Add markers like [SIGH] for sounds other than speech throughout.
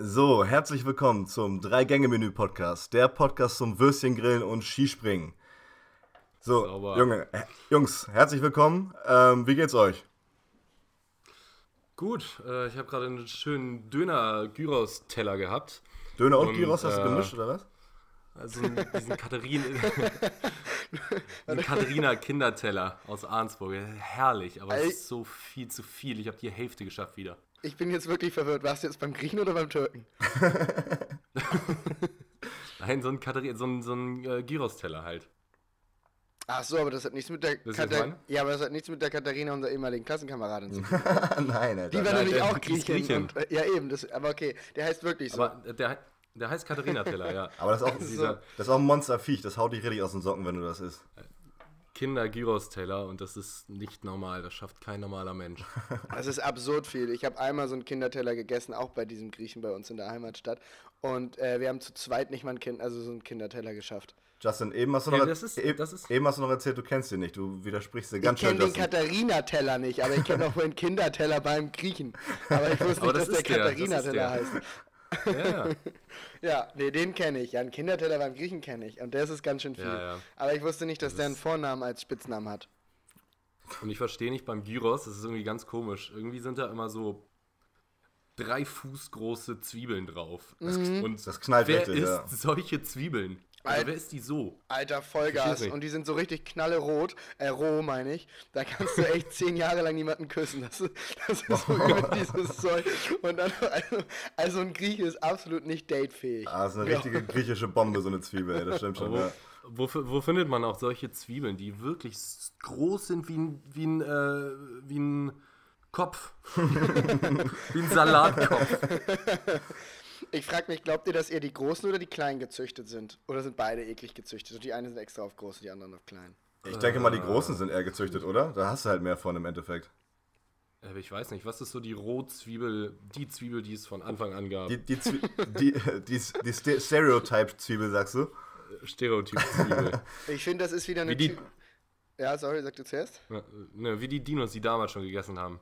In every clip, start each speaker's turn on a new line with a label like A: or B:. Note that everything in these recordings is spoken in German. A: So, herzlich willkommen zum Drei-Gänge-Menü-Podcast, der Podcast zum Würstchengrillen und Skispringen. So,
B: Sauber.
A: Junge, äh, Jungs, herzlich willkommen. Ähm, wie geht's euch?
B: Gut, äh, ich habe gerade einen schönen Döner-Gyros-Teller gehabt.
A: Döner und,
B: Und,
A: Gyros hast du
B: äh,
A: gemischt, oder was? [LAUGHS]
B: Also einen- diesen Katharin, diesen Katharina Kinderteller aus Arnsburg. Herrlich, aber
C: Ey.
B: es ist so viel zu viel. Ich habe die Hälfte geschafft wieder.
C: Ich bin jetzt wirklich verwirrt. Warst du jetzt beim Griechen oder beim Türken?
B: Nein, so ein, Katharin, so ein, so ein äh, Gyros-Teller halt.
C: Ach so, aber das hat nichts mit der
B: Wisst ihr, was ich
C: Katharina.
B: meine?
C: Ja, aber das hat nichts mit der Katharina, unserer ehemaligen Klassenkameradin
B: [LAUGHS]
C: zu tun.
A: Nein, Alter.
C: Die war
B: Nein,
C: nämlich
B: der-
C: auch
B: die ist
C: Griechin.
B: Griechin.
C: Und, äh, ja, eben, das, aber okay, der heißt wirklich so.
B: Aber äh, der, der heißt Katharina-Teller, ja.
A: Aber das ist,
B: [LAUGHS]
A: auch,
B: Dieser
A: das ist auch ein Monsterviech, das haut dich richtig aus den Socken, wenn du das isst.
B: Kinder-Gyros-Teller und das ist nicht normal. Das schafft kein normaler Mensch.
C: Das ist absurd viel. Ich habe einmal so einen Kinderteller gegessen, auch bei diesem Griechen bei uns in der Heimatstadt. Und äh, wir haben zu zweit nicht mal ein Kind, also so einen Kinderteller geschafft.
A: Justin, eben hast, du
B: Ja,
A: noch,
B: das ist-
A: e-
B: das ist-
A: eben hast du noch erzählt, du kennst ihn nicht. Du widersprichst dir ganz
C: ich
A: schön,
C: kenne den
A: Justin.
C: Katharina-Teller nicht, aber ich kenne auch den Kinderteller beim Griechen. Aber ich wusste
B: Aber das
C: nicht, dass der
B: ist der, das ist der.
C: Katharina-Teller heißt.
B: Ja, ja.
C: Ja, nee, den kenne ich. Ja, einen Kinderteller beim Griechen kenne ich. Und der ist es ganz schön viel.
B: Ja, ja.
C: Aber ich wusste nicht, dass der einen
B: ist-
C: Vornamen als Spitznamen hat.
B: Und ich verstehe nicht beim Gyros, das ist irgendwie ganz komisch. Irgendwie sind da immer so drei Fuß große Zwiebeln drauf. Und
A: Das knallt
B: wer
A: richtig,
B: isst
A: ja.
B: solche Zwiebeln? Also
C: Alter.
B: wer isst die so?
C: Alter Vollgas.
B: Versteh's nicht.
C: Und die sind so richtig knallerot. Äh, roh meine ich. Da kannst du
B: [LAUGHS]
C: echt zehn Jahre lang niemanden küssen. Das, ist- das ist wirklich dieses Zeug. Und dann, also, also ein Grieche ist absolut nicht datefähig.
A: Ah, das ist eine
B: Genau.
C: Ja.
A: richtige griechische Bombe, so eine Zwiebel, ey, das stimmt schon.
B: Wo,
A: Ja.
B: wo, fi- wo findet man auch solche Zwiebeln, die wirklich s- groß sind wie ein, wie ein, äh, wie ein Kopf? [LAUGHS] wie ein Salatkopf.
C: Ich frage mich, glaubt ihr, dass eher die Großen oder die Kleinen gezüchtet sind? Oder sind beide eklig gezüchtet? Und die einen sind extra auf groß und die anderen auf klein.
A: Ich denke mal, die Großen sind eher gezüchtet, oder? Da hast du halt mehr von im Endeffekt.
B: Äh, ich weiß nicht, was ist so die Rotzwiebel, die Zwiebel, die es von Anfang an gab?
A: Die, die, Zwie- die, [LAUGHS] die, die Ste- Stereotype-Zwiebel, sagst du?
B: Stereotyp-Zwiebel. [LAUGHS]
C: Ich finde, das ist wieder eine...
B: Wie die-
C: Ty- ja, sorry, sagt du zuerst?
B: Ne, ne, wie die Dinos, die damals schon gegessen haben.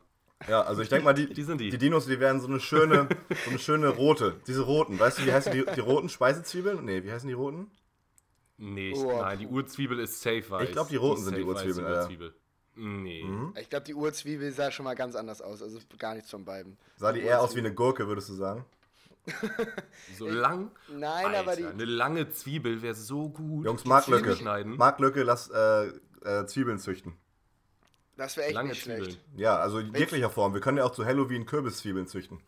A: Ja, also ich denke mal, die,
B: Die sind die.
A: die Dinos, die werden so eine schöne, so eine schöne rote. Diese roten, weißt du, wie heißen die, die roten Speisezwiebeln? Nee, wie heißen die roten?
B: Nee, ich,
C: Boah.
B: nein, die Urzwiebel ist safe weiß.
A: Ich glaub, die roten sind die
B: safe weiß
A: Urzwiebeln, ja. Mhm.
B: Nee.
C: Ich glaube, die Urzwiebel sah schon mal ganz anders aus. Also gar nichts von beiden.
A: Sah die eher aus wie eine Gurke, würdest du sagen?
B: So lang.
C: Nein, aber die.
B: Eine lange Zwiebel wäre so gut.
A: Jungs,
B: Die
A: Marklücke.
B: Zwiebel schneiden.
A: Marklücke, lass äh, äh, Zwiebeln züchten.
C: Das wäre echt
B: lange
C: nicht schlecht.
B: Zwiebeln.
A: Ja, also in jeglicher Form. Wir können ja auch zu Halloween Kürbiszwiebeln züchten.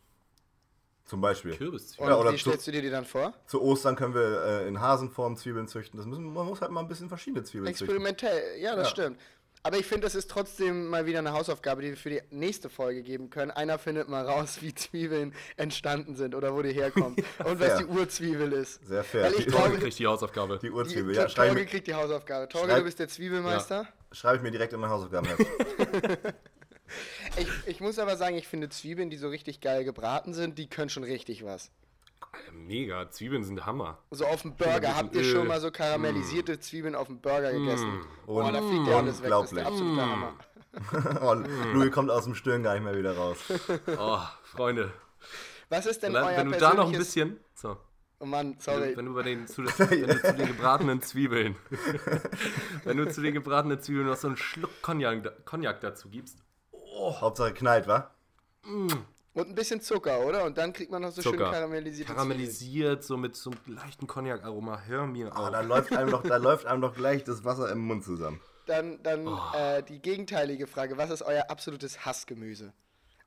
A: Zum Beispiel.
C: Und
B: Kürbiszwiebeln.
A: Ja, oder
C: wie
A: zu-
C: stellst du dir die dann vor?
A: Zu Ostern können wir äh, in Hasenform Zwiebeln züchten. Das müssen, man muss halt mal ein bisschen verschiedene Zwiebeln züchten.
C: Experimentell, ja, das
A: Ja.
C: stimmt. Aber ich finde, das ist trotzdem mal wieder eine Hausaufgabe, die wir für die nächste Folge geben können. Einer findet mal raus, wie Zwiebeln entstanden sind oder wo
A: [LAUGHS]
C: die herkommen. und was
A: fair.
C: die Urzwiebel ist.
A: Sehr fair.
C: Weil ich
A: Die-
B: Torge
C: glaube,
B: kriegt die Hausaufgabe.
A: Die
C: die,
A: Urzwiebel, ja,
C: Tor-
A: schreibe
C: Torge
A: ich,
C: kriegt die Hausaufgabe. Torge,
A: Schreib-
C: du bist der Zwiebelmeister.
A: mir- schreibe ich mir direkt in mein Hausaufgabenheft.
C: Ich, ich muss aber sagen, ich finde Zwiebeln, die so richtig geil gebraten sind, die können schon richtig was.
B: Alter, Ähm, Mega, Zwiebeln sind Hammer.
C: So auf dem
B: ein bisschen
C: Burger. Habt ihr
B: Öl. Mm.
C: schon mal so karamellisierte Zwiebeln auf dem Burger gegessen? Oh, da fliegt ja alles weg. Das ist der
A: Unglaublich.
C: absolute
B: Mm.
C: Hammer.
A: oh, Louis kommt aus dem Stirn gar nicht mehr wieder raus.
B: Oh,
C: [LAUGHS]
B: Freunde.
C: Was ist denn
B: Wenn,
C: euer
B: wenn du
C: persönliches...
B: da noch ein bisschen. So.
C: Oh Mann, sorry.
B: Wenn, wenn du bei den zu,
A: [LAUGHS]
B: wenn du zu den gebratenen Zwiebeln. wenn du zu den gebratenen Zwiebeln noch so einen Schluck Cognac, Cognac dazu gibst.
A: Hauptsache knallt, wa?
C: Und ein bisschen Zucker, oder? Und dann kriegt man noch so schön
B: Zucker.
C: karamellisierte
B: Karamellisiert, so mit so einem leichten Cognac-Aroma. Hör mir
A: Oh,
B: auf.
A: da läuft einem doch, da läuft einem doch gleich das Wasser im Mund zusammen.
C: Zwiebeln. Dann, dann
B: Oh.
C: äh, die gegenteilige Frage. Was ist euer absolutes Hassgemüse?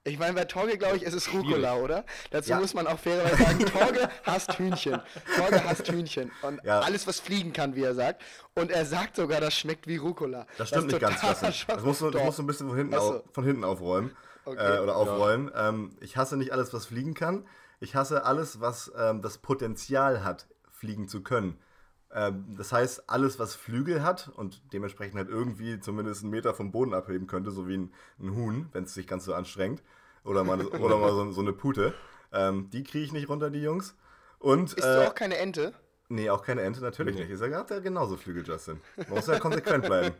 C: Ich meine, bei Torge, glaube ich, ist es Rucola, oder? Dazu
A: Ja.
C: muss man auch fairerweise sagen, Torge hasst Hühnchen. Torge hasst Hühnchen. Und
A: Ja.
C: alles, was fliegen kann, wie er sagt. Und er sagt sogar, das schmeckt wie Rucola.
A: Das stimmt nicht ganz, Justin. Das musst du, das musst du ein bisschen von hinten,
C: Ach so.
A: au, von hinten aufräumen.
C: Okay.
A: Äh, oder aufräumen. Ähm, ich hasse nicht alles, was fliegen kann. Ich hasse alles, was ähm, das Potenzial hat, fliegen zu können. Ähm, das heißt, alles, was Flügel hat und dementsprechend halt irgendwie zumindest einen Meter vom Boden abheben könnte, so wie ein, ein Huhn, wenn es sich ganz so anstrengt. Oder mal, oder mal so, so eine Pute. Ähm, die kriege ich nicht runter, die Jungs. Und,
C: Bist
A: äh,
C: du auch keine Ente?
A: Nee, auch keine Ente, natürlich
B: Nee.
A: nicht. Ist er hat ja genauso Flügel, Justin. Man muss ja konsequent bleiben.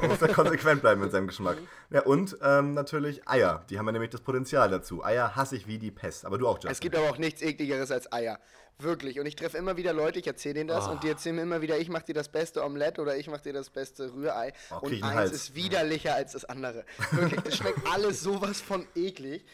A: Man muss ja konsequent bleiben mit seinem Geschmack. Ja, und ähm, natürlich Eier. Die haben ja nämlich das Potenzial dazu. Eier hasse ich wie die Pest. Aber du auch, Justin.
C: Es gibt aber auch nichts ekligeres als Eier. Wirklich. Und ich treffe immer wieder Leute, ich erzähle denen das
B: Ah.
C: und die erzählen mir immer wieder, ich mache dir das beste Omelette oder ich mache dir das beste Rührei.
A: Oh, krieg
C: und
A: ich einen
C: eins
A: Hals.
C: ist widerlicher als das andere. Wirklich, das
A: [LAUGHS]
C: schmeckt alles sowas von eklig.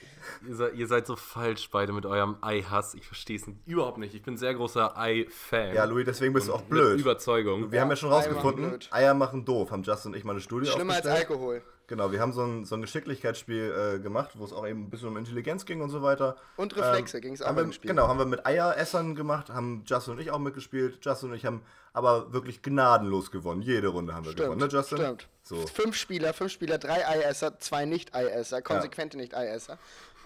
B: Ihr seid, ihr seid so falsch beide mit eurem Ei-Hass. Ich verstehe es überhaupt nicht. Ich bin sehr großer Ei-Fan.
A: ja, Louis, deswegen bist du auch
B: Mit
A: blöd.
B: Überzeugung.
A: Wir haben ja schon
C: Eier machen
A: rausgefunden,
C: blöd.
A: Eier machen doof. Haben Justin und ich mal eine Studie
C: Schlimmer als
A: aufgestellt.
C: Alkohol.
A: Genau, wir haben so ein, so ein Geschicklichkeitsspiel äh, gemacht, wo es auch eben ein bisschen um Intelligenz ging und so weiter.
C: Und Reflexe ging's auch
A: haben wir,
C: im Spiel.
A: Genau, haben wir mit Eieressern gemacht, haben Justin und ich auch mitgespielt. Justin und ich haben aber wirklich gnadenlos gewonnen. Jede Runde haben wir
C: Stimmt,
A: gewonnen, ne Justin?
C: stimmt.
A: So.
C: Fünf Spieler, fünf Spieler, drei Eiesser, zwei Nicht-Eiesser, konsequente Nicht-Eiesser.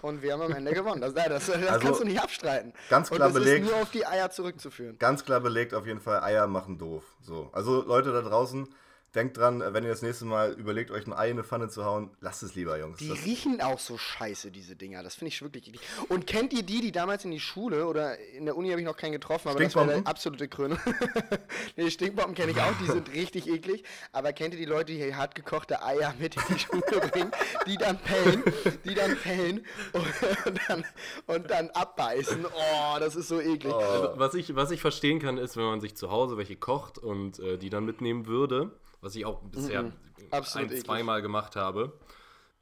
C: Und wir haben am Ende gewonnen. Das, das, das kannst du nicht abstreiten.
A: Also ganz klar
C: und
A: belegt.
C: ist nur auf die Eier zurückzuführen.
A: Ganz klar belegt auf jeden Fall, Eier machen doof. So. Also Leute da draußen, denkt dran, wenn ihr das nächste Mal überlegt, euch ein Ei in eine Pfanne zu hauen, lasst es lieber, Jungs.
C: Die
A: Das,
C: riechen auch so scheiße, diese Dinger. Das finde ich wirklich eklig. Und kennt ihr die, die damals in die Schule oder in der Uni habe ich noch keinen getroffen, aber das war
A: Stinkbomben?
C: eine absolute Krönung. [LAUGHS] nee, Stinkbomben kenne ich auch, die sind richtig eklig. Aber kennt ihr die Leute, die hier hart gekochte Eier mit in die Schule bringen, die dann pellen, die dann pellen und dann, und dann abbeißen? Oh, das ist so eklig. Also,
B: Was ich, was ich verstehen kann, ist, wenn man sich zu Hause welche kocht und äh, die dann mitnehmen würde, was ich auch bisher
C: Absolut
B: ein,
C: eklig.
B: zweimal gemacht habe.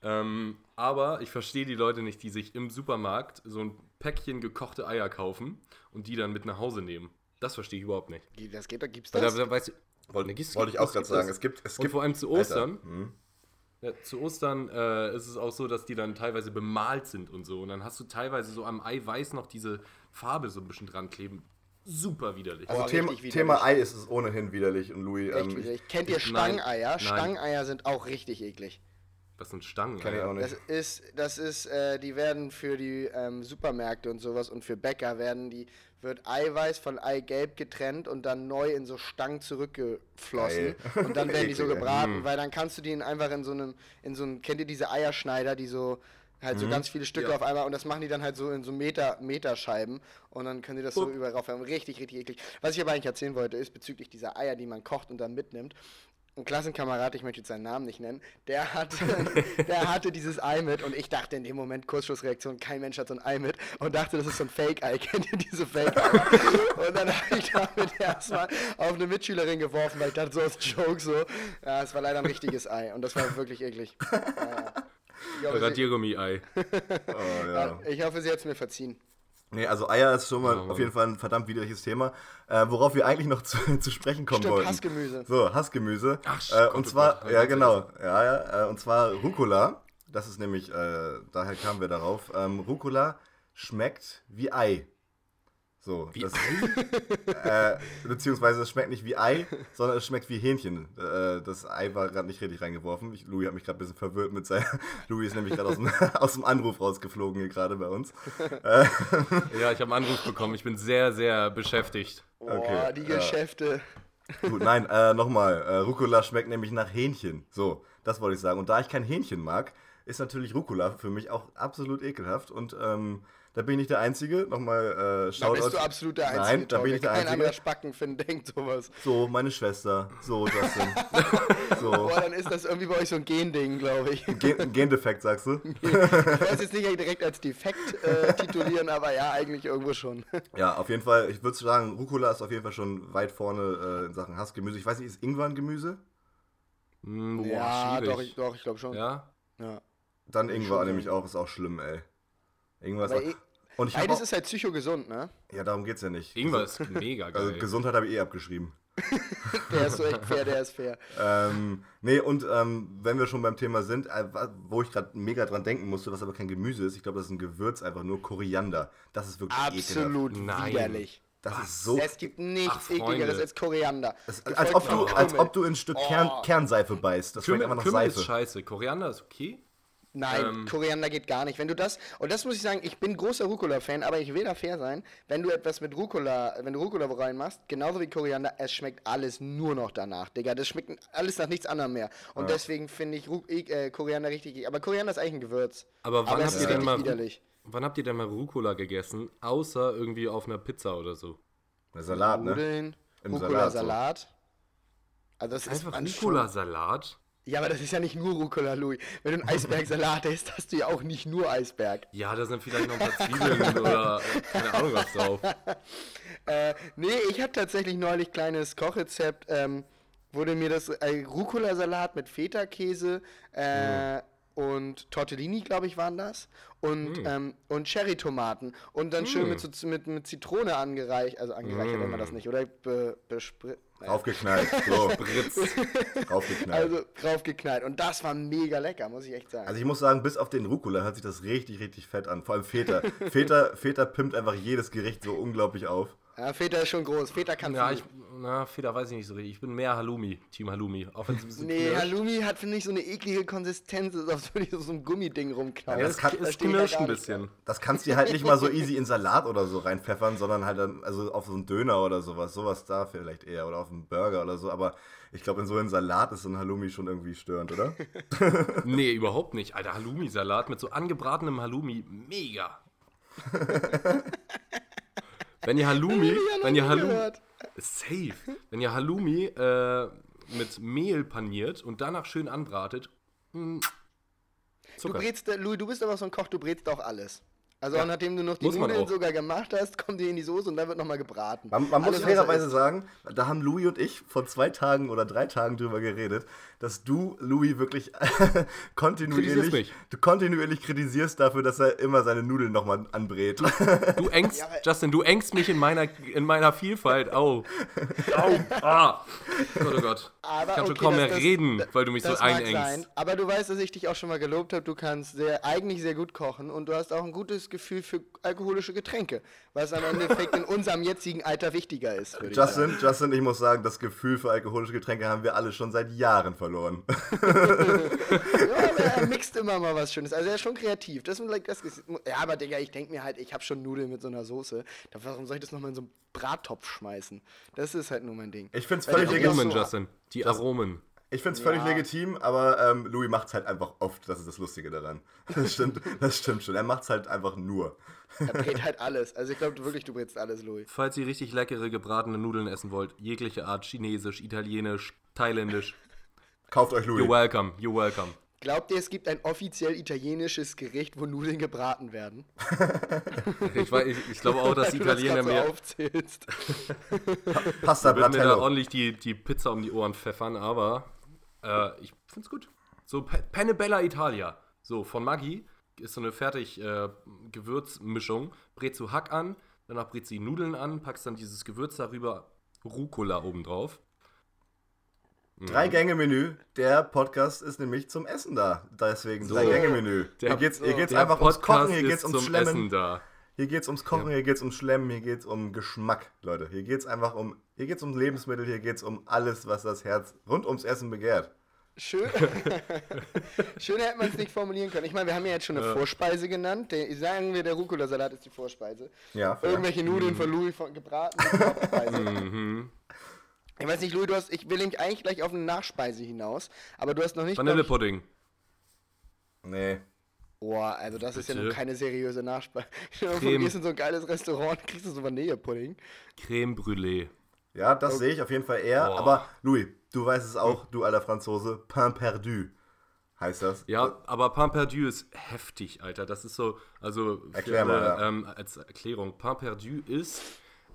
B: Ähm, aber ich verstehe die Leute nicht, die sich im Supermarkt so ein Päckchen gekochte Eier kaufen und die dann mit nach Hause nehmen. Das verstehe ich überhaupt nicht.
C: Das geht, da gibt's
B: Weil da,
C: das.
B: da weißt du,
A: wollte
B: da gibt's-
A: wollte ich auch
B: es
A: gerade
B: gibt
A: sagen.
B: das-
A: Es gibt, es
B: und
A: gibt
B: vor allem zu
A: Alter, Mhm.
B: Ostern. Ja, zu Ostern äh, ist es auch so, dass die dann teilweise bemalt sind und so. Und dann hast du teilweise so am Eiweiß noch diese Farbe so ein bisschen dran kleben. Super widerlich.
A: Also
C: Boah,
A: Thema,
C: richtig widerlich.
A: Thema Ei ist es ohnehin widerlich und Louis,
C: Echt
A: ähm, ich
C: widerlich. Kennt ihr
B: ich- nein,
C: Stangeneier?
B: nein.
C: Stangeneier sind auch richtig eklig.
B: Das sind Stangen.
A: kann ich auch
B: Alter.
A: nicht.
C: Das ist, das ist, äh, die werden für die ähm, Supermärkte und sowas und für Bäcker werden die, wird Eiweiß von Eigelb getrennt und dann neu in so Stangen zurückgeflossen.
A: Geil. Mm.
C: Und dann werden die so
A: Eklig, ey.
C: gebraten, weil dann kannst du die in einfach in so einem, in so einem, kennt ihr diese Eierschneider, die so halt
A: Mhm.
C: so ganz viele Stücke
B: Ja.
C: auf einmal und das machen die dann halt so in so Meter, Meterscheiben und dann können die das so überall raufhaben. Richtig, richtig eklig. Was ich aber eigentlich erzählen wollte, ist bezüglich dieser Eier, die man kocht und dann mitnimmt ein Klassenkamerad, ich möchte jetzt seinen Namen nicht nennen, der, hat,
A: [LAUGHS]
C: der hatte dieses Ei mit und ich dachte in dem Moment, Kurzschlussreaktion, kein Mensch hat so ein Ei mit und dachte, das ist so ein Fake-Ei, [LAUGHS] kennt ihr diese Fake-Ei? und dann habe ich damit erstmal auf eine Mitschülerin geworfen, weil ich dachte, so als Joke so, ja, es war leider ein richtiges Ei und das war wirklich eklig. Ja, ja. Ich hoffe, sie,
B: Radiergummi-Ei.
A: Oh, Also ja.
C: ich hoffe, sie hat es mir verziehen.
A: Nee, also Eier ist schon mal
B: Mann.
A: auf jeden Fall ein verdammt widerliches Thema, äh, worauf wir eigentlich noch [LAUGHS] zu, zu sprechen kommen
C: Stimmt,
A: wollten.
C: Hassgemüse.
A: So, Hassgemüse.
B: Ach, shit,
A: äh,
B: Gott,
A: und
B: oh
A: zwar,
B: Gott,
A: ja
B: ganz
A: genau, ja, ja, äh, und zwar Rucola. Das ist nämlich, äh, daher kamen wir darauf. Ähm, Rucola schmeckt wie Ei. So, wie das, Ei? Äh, [LAUGHS] beziehungsweise es schmeckt nicht wie Ei, sondern es schmeckt wie Hähnchen. Äh, das Ei war gerade nicht richtig reingeworfen. Ich, Louis hat mich gerade ein bisschen verwirrt mit seinem. [LAUGHS] Louis ist nämlich gerade aus, dem- [LAUGHS] aus dem Anruf rausgeflogen hier gerade bei uns.
B: Ja, ich habe einen Anruf bekommen. Ich bin sehr, sehr beschäftigt.
C: Boah,
A: Okay,
C: die
A: ja.
C: Geschäfte.
A: Gut, nein, äh, nochmal. Äh, Rucola schmeckt nämlich nach Hähnchen. So, das wollte ich sagen. Und da ich kein Hähnchen mag, ist natürlich Rucola für mich auch absolut ekelhaft. Und ähm, da bin ich nicht der Einzige. Nochmal, äh,
C: Da
A: schaut
C: bist du absolut der Einzige,
A: Nein, da bin
C: Torge.
A: ich der
C: Kein anderer
A: Einzige.
C: Spacken finden, denkt sowas.
A: So, meine Schwester. So, Justin.
C: [LAUGHS]
A: so.
C: Boah, dann ist das irgendwie bei euch so ein Gending, glaube ich.
A: Gen Gendefekt, sagst du?
C: Ich werde es jetzt nicht direkt als defekt äh, titulieren, aber ja, eigentlich irgendwo schon.
A: Ja, auf jeden Fall. Ich würde sagen, Rucola ist auf jeden Fall schon weit vorne äh, in Sachen Hassgemüse. Ich weiß nicht, ist Ingwer ein Gemüse?
B: Hm, boah,
C: ja, doch, ich,
B: schwierig.
C: doch, ich glaube schon. Ja.
B: Ja?
A: Dann Ingwer
C: schon,
A: nämlich
C: ja.
A: auch. Ist auch schlimm, ey. Ingwer ist
C: Aber
A: auch...
C: eh-
A: Und Also, ich hab
C: Beides
A: auch,
C: ist halt psychogesund, ne?
A: Ja, darum geht's ja nicht.
B: Ingwer ist mega geil.
A: Also Gesundheit habe ich eh abgeschrieben.
C: Der ist so echt fair, der ist fair.
A: Ähm, nee, und ähm, wenn wir schon beim Thema sind, äh, wa- wo ich gerade mega dran denken musste, was aber kein Gemüse ist, ich glaube, das ist ein Gewürz, einfach nur Koriander. Das ist wirklich [LAUGHS] ekelhaft.
C: Absolut
B: Nein.
C: widerlich.
A: Das ist so.
C: Es gibt nichts
B: Ach, Freunde.
C: ekligeres als Koriander.
A: Es,
C: Gefolgt
A: als, ob
C: von
A: du, als
C: Kümmel.
A: ob du in ein Stück Kern, Kernseife beißt. Das schmeckt
B: Kümmel,
A: einfach nach
B: Kümmel ist
A: Seife.
B: scheiße. Koriander ist okay.
C: Nein,
B: Ähm.
C: Koriander geht gar nicht. Wenn du das, und das muss ich sagen, ich bin großer Rucola-Fan, aber ich will da fair sein, wenn du etwas mit Rucola, wenn du Rucola reinmachst, genauso wie Koriander, es schmeckt alles nur noch danach, Digga. Das schmeckt alles nach nichts anderem mehr. Und deswegen finde ich Ru ik- äh, Koriander richtig, ek- aber Koriander ist eigentlich ein Gewürz.
B: Aber wann habt
C: es ist
B: ihr denn
C: richtig
B: mal
C: widerlich.
B: Wann habt ihr denn mal Rucola gegessen? Außer irgendwie auf einer Pizza oder so.
A: Der Salat, ne?
C: Nudeln,
A: Im
C: Rucola
A: so.
C: Salat. Also das ist
B: Einfach
C: an schon-
B: Rucola-Salat?
C: Ja, aber das ist ja nicht nur Rucola, Louis. Wenn du einen Eisbergsalat isst, hast du ja auch nicht nur Eisberg.
B: Ja, da sind vielleicht noch ein
C: [LAUGHS]
B: paar Zwiebeln oder äh, keine Ahnung was drauf.
C: Äh, nee, ich habe tatsächlich neulich kleines Kochrezept. Ähm, wurde mir das äh, Rucola-Salat mit Feta-Käse äh,
B: Mhm.
C: und Tortellini, glaube ich, waren das. Und,
B: Mhm.
C: ähm, und Cherry-Tomaten. Und dann schön mit, so, mit, mit Zitrone angereicht. Also angereichert wenn man
B: Mhm.
C: das nicht, oder? Be, bespr- naja.
A: Aufgeknallt. So. [LAUGHS] Aufgeknallt. Also,
C: Also draufgeknallt. Und das war mega lecker, muss ich echt sagen.
B: Also
A: ich muss sagen, bis auf den Rucola hört sich das richtig, richtig fett an. Vor allem Feta. Feta, Feta pimmt einfach jedes Gericht so unglaublich auf.
C: ja, Feta ist schon groß. Feta kann
B: Ja,
C: viel.
B: ich, na, Feder weiß ich nicht so richtig. Ich bin mehr Halloumi, Team Halloumi. Auch wenn es ein bisschen
C: Nee,
B: knirscht.
C: Halloumi hat, finde ich, so eine eklige Konsistenz, ist als würde ich auf so einem Gummiding
A: Ja,
C: rumknallen.
A: das kann-
C: da
B: Es
C: stehe ich ja
B: knirscht
C: gar
B: ein
C: nicht
B: bisschen.
A: Das kannst du dir halt nicht mal so easy in Salat oder so reinpfeffern, sondern halt dann, also auf so einen Döner oder sowas. Sowas da vielleicht eher. Oder auf einen Burger oder so. Aber ich glaube, in so einem Salat ist so ein Halloumi schon irgendwie störend, oder?
B: Nee, überhaupt nicht. Alter, Halloumi-Salat mit so angebratenem Halloumi,
C: [LAUGHS]
B: mega. wenn ihr Halloumi,
C: drauf.
B: wenn ihr
C: Hab ich noch nie
B: Halloumi,
C: gehört.
B: safe, wenn ihr Halloumi äh, mit Mehl paniert und danach schön anbratet, mm,
C: Du
B: Zucker.
C: brätst, äh, Louis, du bist aber so ein Koch, du brätst auch alles. Also auch nachdem du noch die
B: Muss man
C: Nudeln
B: auch.
C: sogar gemacht hast, kommen die in die Soße und dann wird nochmal gebraten. Also,
A: Man, man muss
C: Alles, was er
A: fairerweise
C: isst.
A: sagen, da haben Louis und ich vor zwei Tagen oder drei Tagen drüber geredet, dass du Louis wirklich [LAUGHS]
B: Kritisierst
A: kontinuierlich,
B: mich.
A: du kontinuierlich kritisierst dafür, dass er immer seine Nudeln nochmal anbrät.
B: Du engst,
C: Ja, aber-
B: Justin, du engst mich in meiner, in meiner Vielfalt. Au. Au. Ah. Gott, oh Gott. ich kann schon
C: okay,
B: kaum
C: das-
B: mehr
C: das-
B: reden,
C: das-
B: weil du mich so
C: das mag
B: einengst.
C: sein. Aber du weißt, dass ich dich auch schon mal gelobt habe. Du kannst sehr, eigentlich sehr gut kochen und du hast auch ein gutes Gefühl für alkoholische Getränke, was am
A: [LAUGHS]
C: Endeffekt in unserem jetzigen Alter wichtiger ist. würde ich sagen.
A: Justin, Justin, ich muss sagen, das Gefühl für alkoholische Getränke haben wir alle schon seit Jahren verloren.
C: Ja, aber er mixt immer mal was Schönes. Also er ist schon kreativ. Das, ist- like, das ist, ja, aber Digga, ich denke mir halt, ich habe schon Nudeln mit so einer Soße. Da- Warum soll ich das nochmal in so einen Brattopf schmeißen? Das ist halt nur mein Ding.
A: Ich find's
C: Weil
A: völlig
C: die
A: legitim.
B: Aromen,
C: auch so-
B: Justin. Die Aromen.
A: Ich finde es völlig
C: Ja.
A: legitim, aber ähm, Louis macht's halt einfach oft. Das ist das Lustige daran. [LAUGHS] Das stimmt, das stimmt schon. Er macht's halt einfach nur.
C: Er brät halt alles. Also ich glaube wirklich, du brätst alles, Louis.
B: Falls ihr richtig leckere gebratene Nudeln essen wollt, jegliche Art, chinesisch, italienisch, thailändisch,
A: Kauft euch Louis.
B: you're welcome, you're welcome.
C: Glaubt ihr, es gibt ein offiziell italienisches Gericht, wo Nudeln gebraten werden?
B: Ich, weiß- ich, ich glaube auch, Oh, dass die
C: [LAUGHS] Weil du das
B: Italiener
C: grad so
B: mir,
C: aufzählst.
A: Pasta
B: würden mir da
A: Bratello.
B: ordentlich die, die Pizza um die Ohren pfeffern, aber äh, ich find's gut. So, Pe- Penne Bella Italia. So, von Maggi ist so eine fertig äh, Gewürzmischung. Brätst du Hack an, danach brätst du die Nudeln an, packst dann dieses Gewürz darüber, Rucola obendrauf.
A: Drei Gänge Menü. Der Podcast ist nämlich zum Essen da. Deswegen
B: So.
A: drei Gänge Menü.
B: Der-
A: Hier geht's, hier geht's
B: Der
A: einfach ums
B: Podcast
A: Kochen, hier
B: ist
A: geht's ums
B: zum Essen
A: Schlemmen.
B: da.
A: Hier geht's ums Kochen, hier geht's ums Schlemmen, hier geht's um Geschmack, Leute. Hier geht's einfach um hier geht's um Lebensmittel, hier geht's um alles, was das Herz rund ums Essen begehrt.
C: Schön. [LAUGHS] Schöner hätte man es nicht formulieren können. Ich meine, wir haben ja jetzt schon eine Vorspeise genannt. Der, sagen wir, der Rucola-Salat ist die Vorspeise.
A: Ja, fair.
C: Irgendwelche
B: Mhm.
C: Nudeln von Louis von, gebraten. die
B: [LAUGHS]
C: Hauptspeise. ich weiß nicht, Louis, du hast, ich will nämlich eigentlich gleich auf eine Nachspeise hinaus, aber du hast noch nicht. glaub ich-
B: Vanillepudding.
A: Nee.
C: Boah, also das ist ja
B: Bitte?
C: nun keine seriöse Nachspeise. [LAUGHS] Du
B: Creme.
C: gehst in so ein geiles Restaurant und kriegst du so Vanillepudding.
B: Creme Brûlée.
A: Ja, das sehe ich auf jeden Fall eher,
B: Boah.
A: aber Louis, du weißt es auch, du aller Franzose, pain perdu heißt das.
B: Ja, aber Pamperdu ist heftig, Alter. Das ist so, also für
A: Erklär mal,
B: alle,
A: ja.
B: ähm, als Erklärung. Pamperdu ist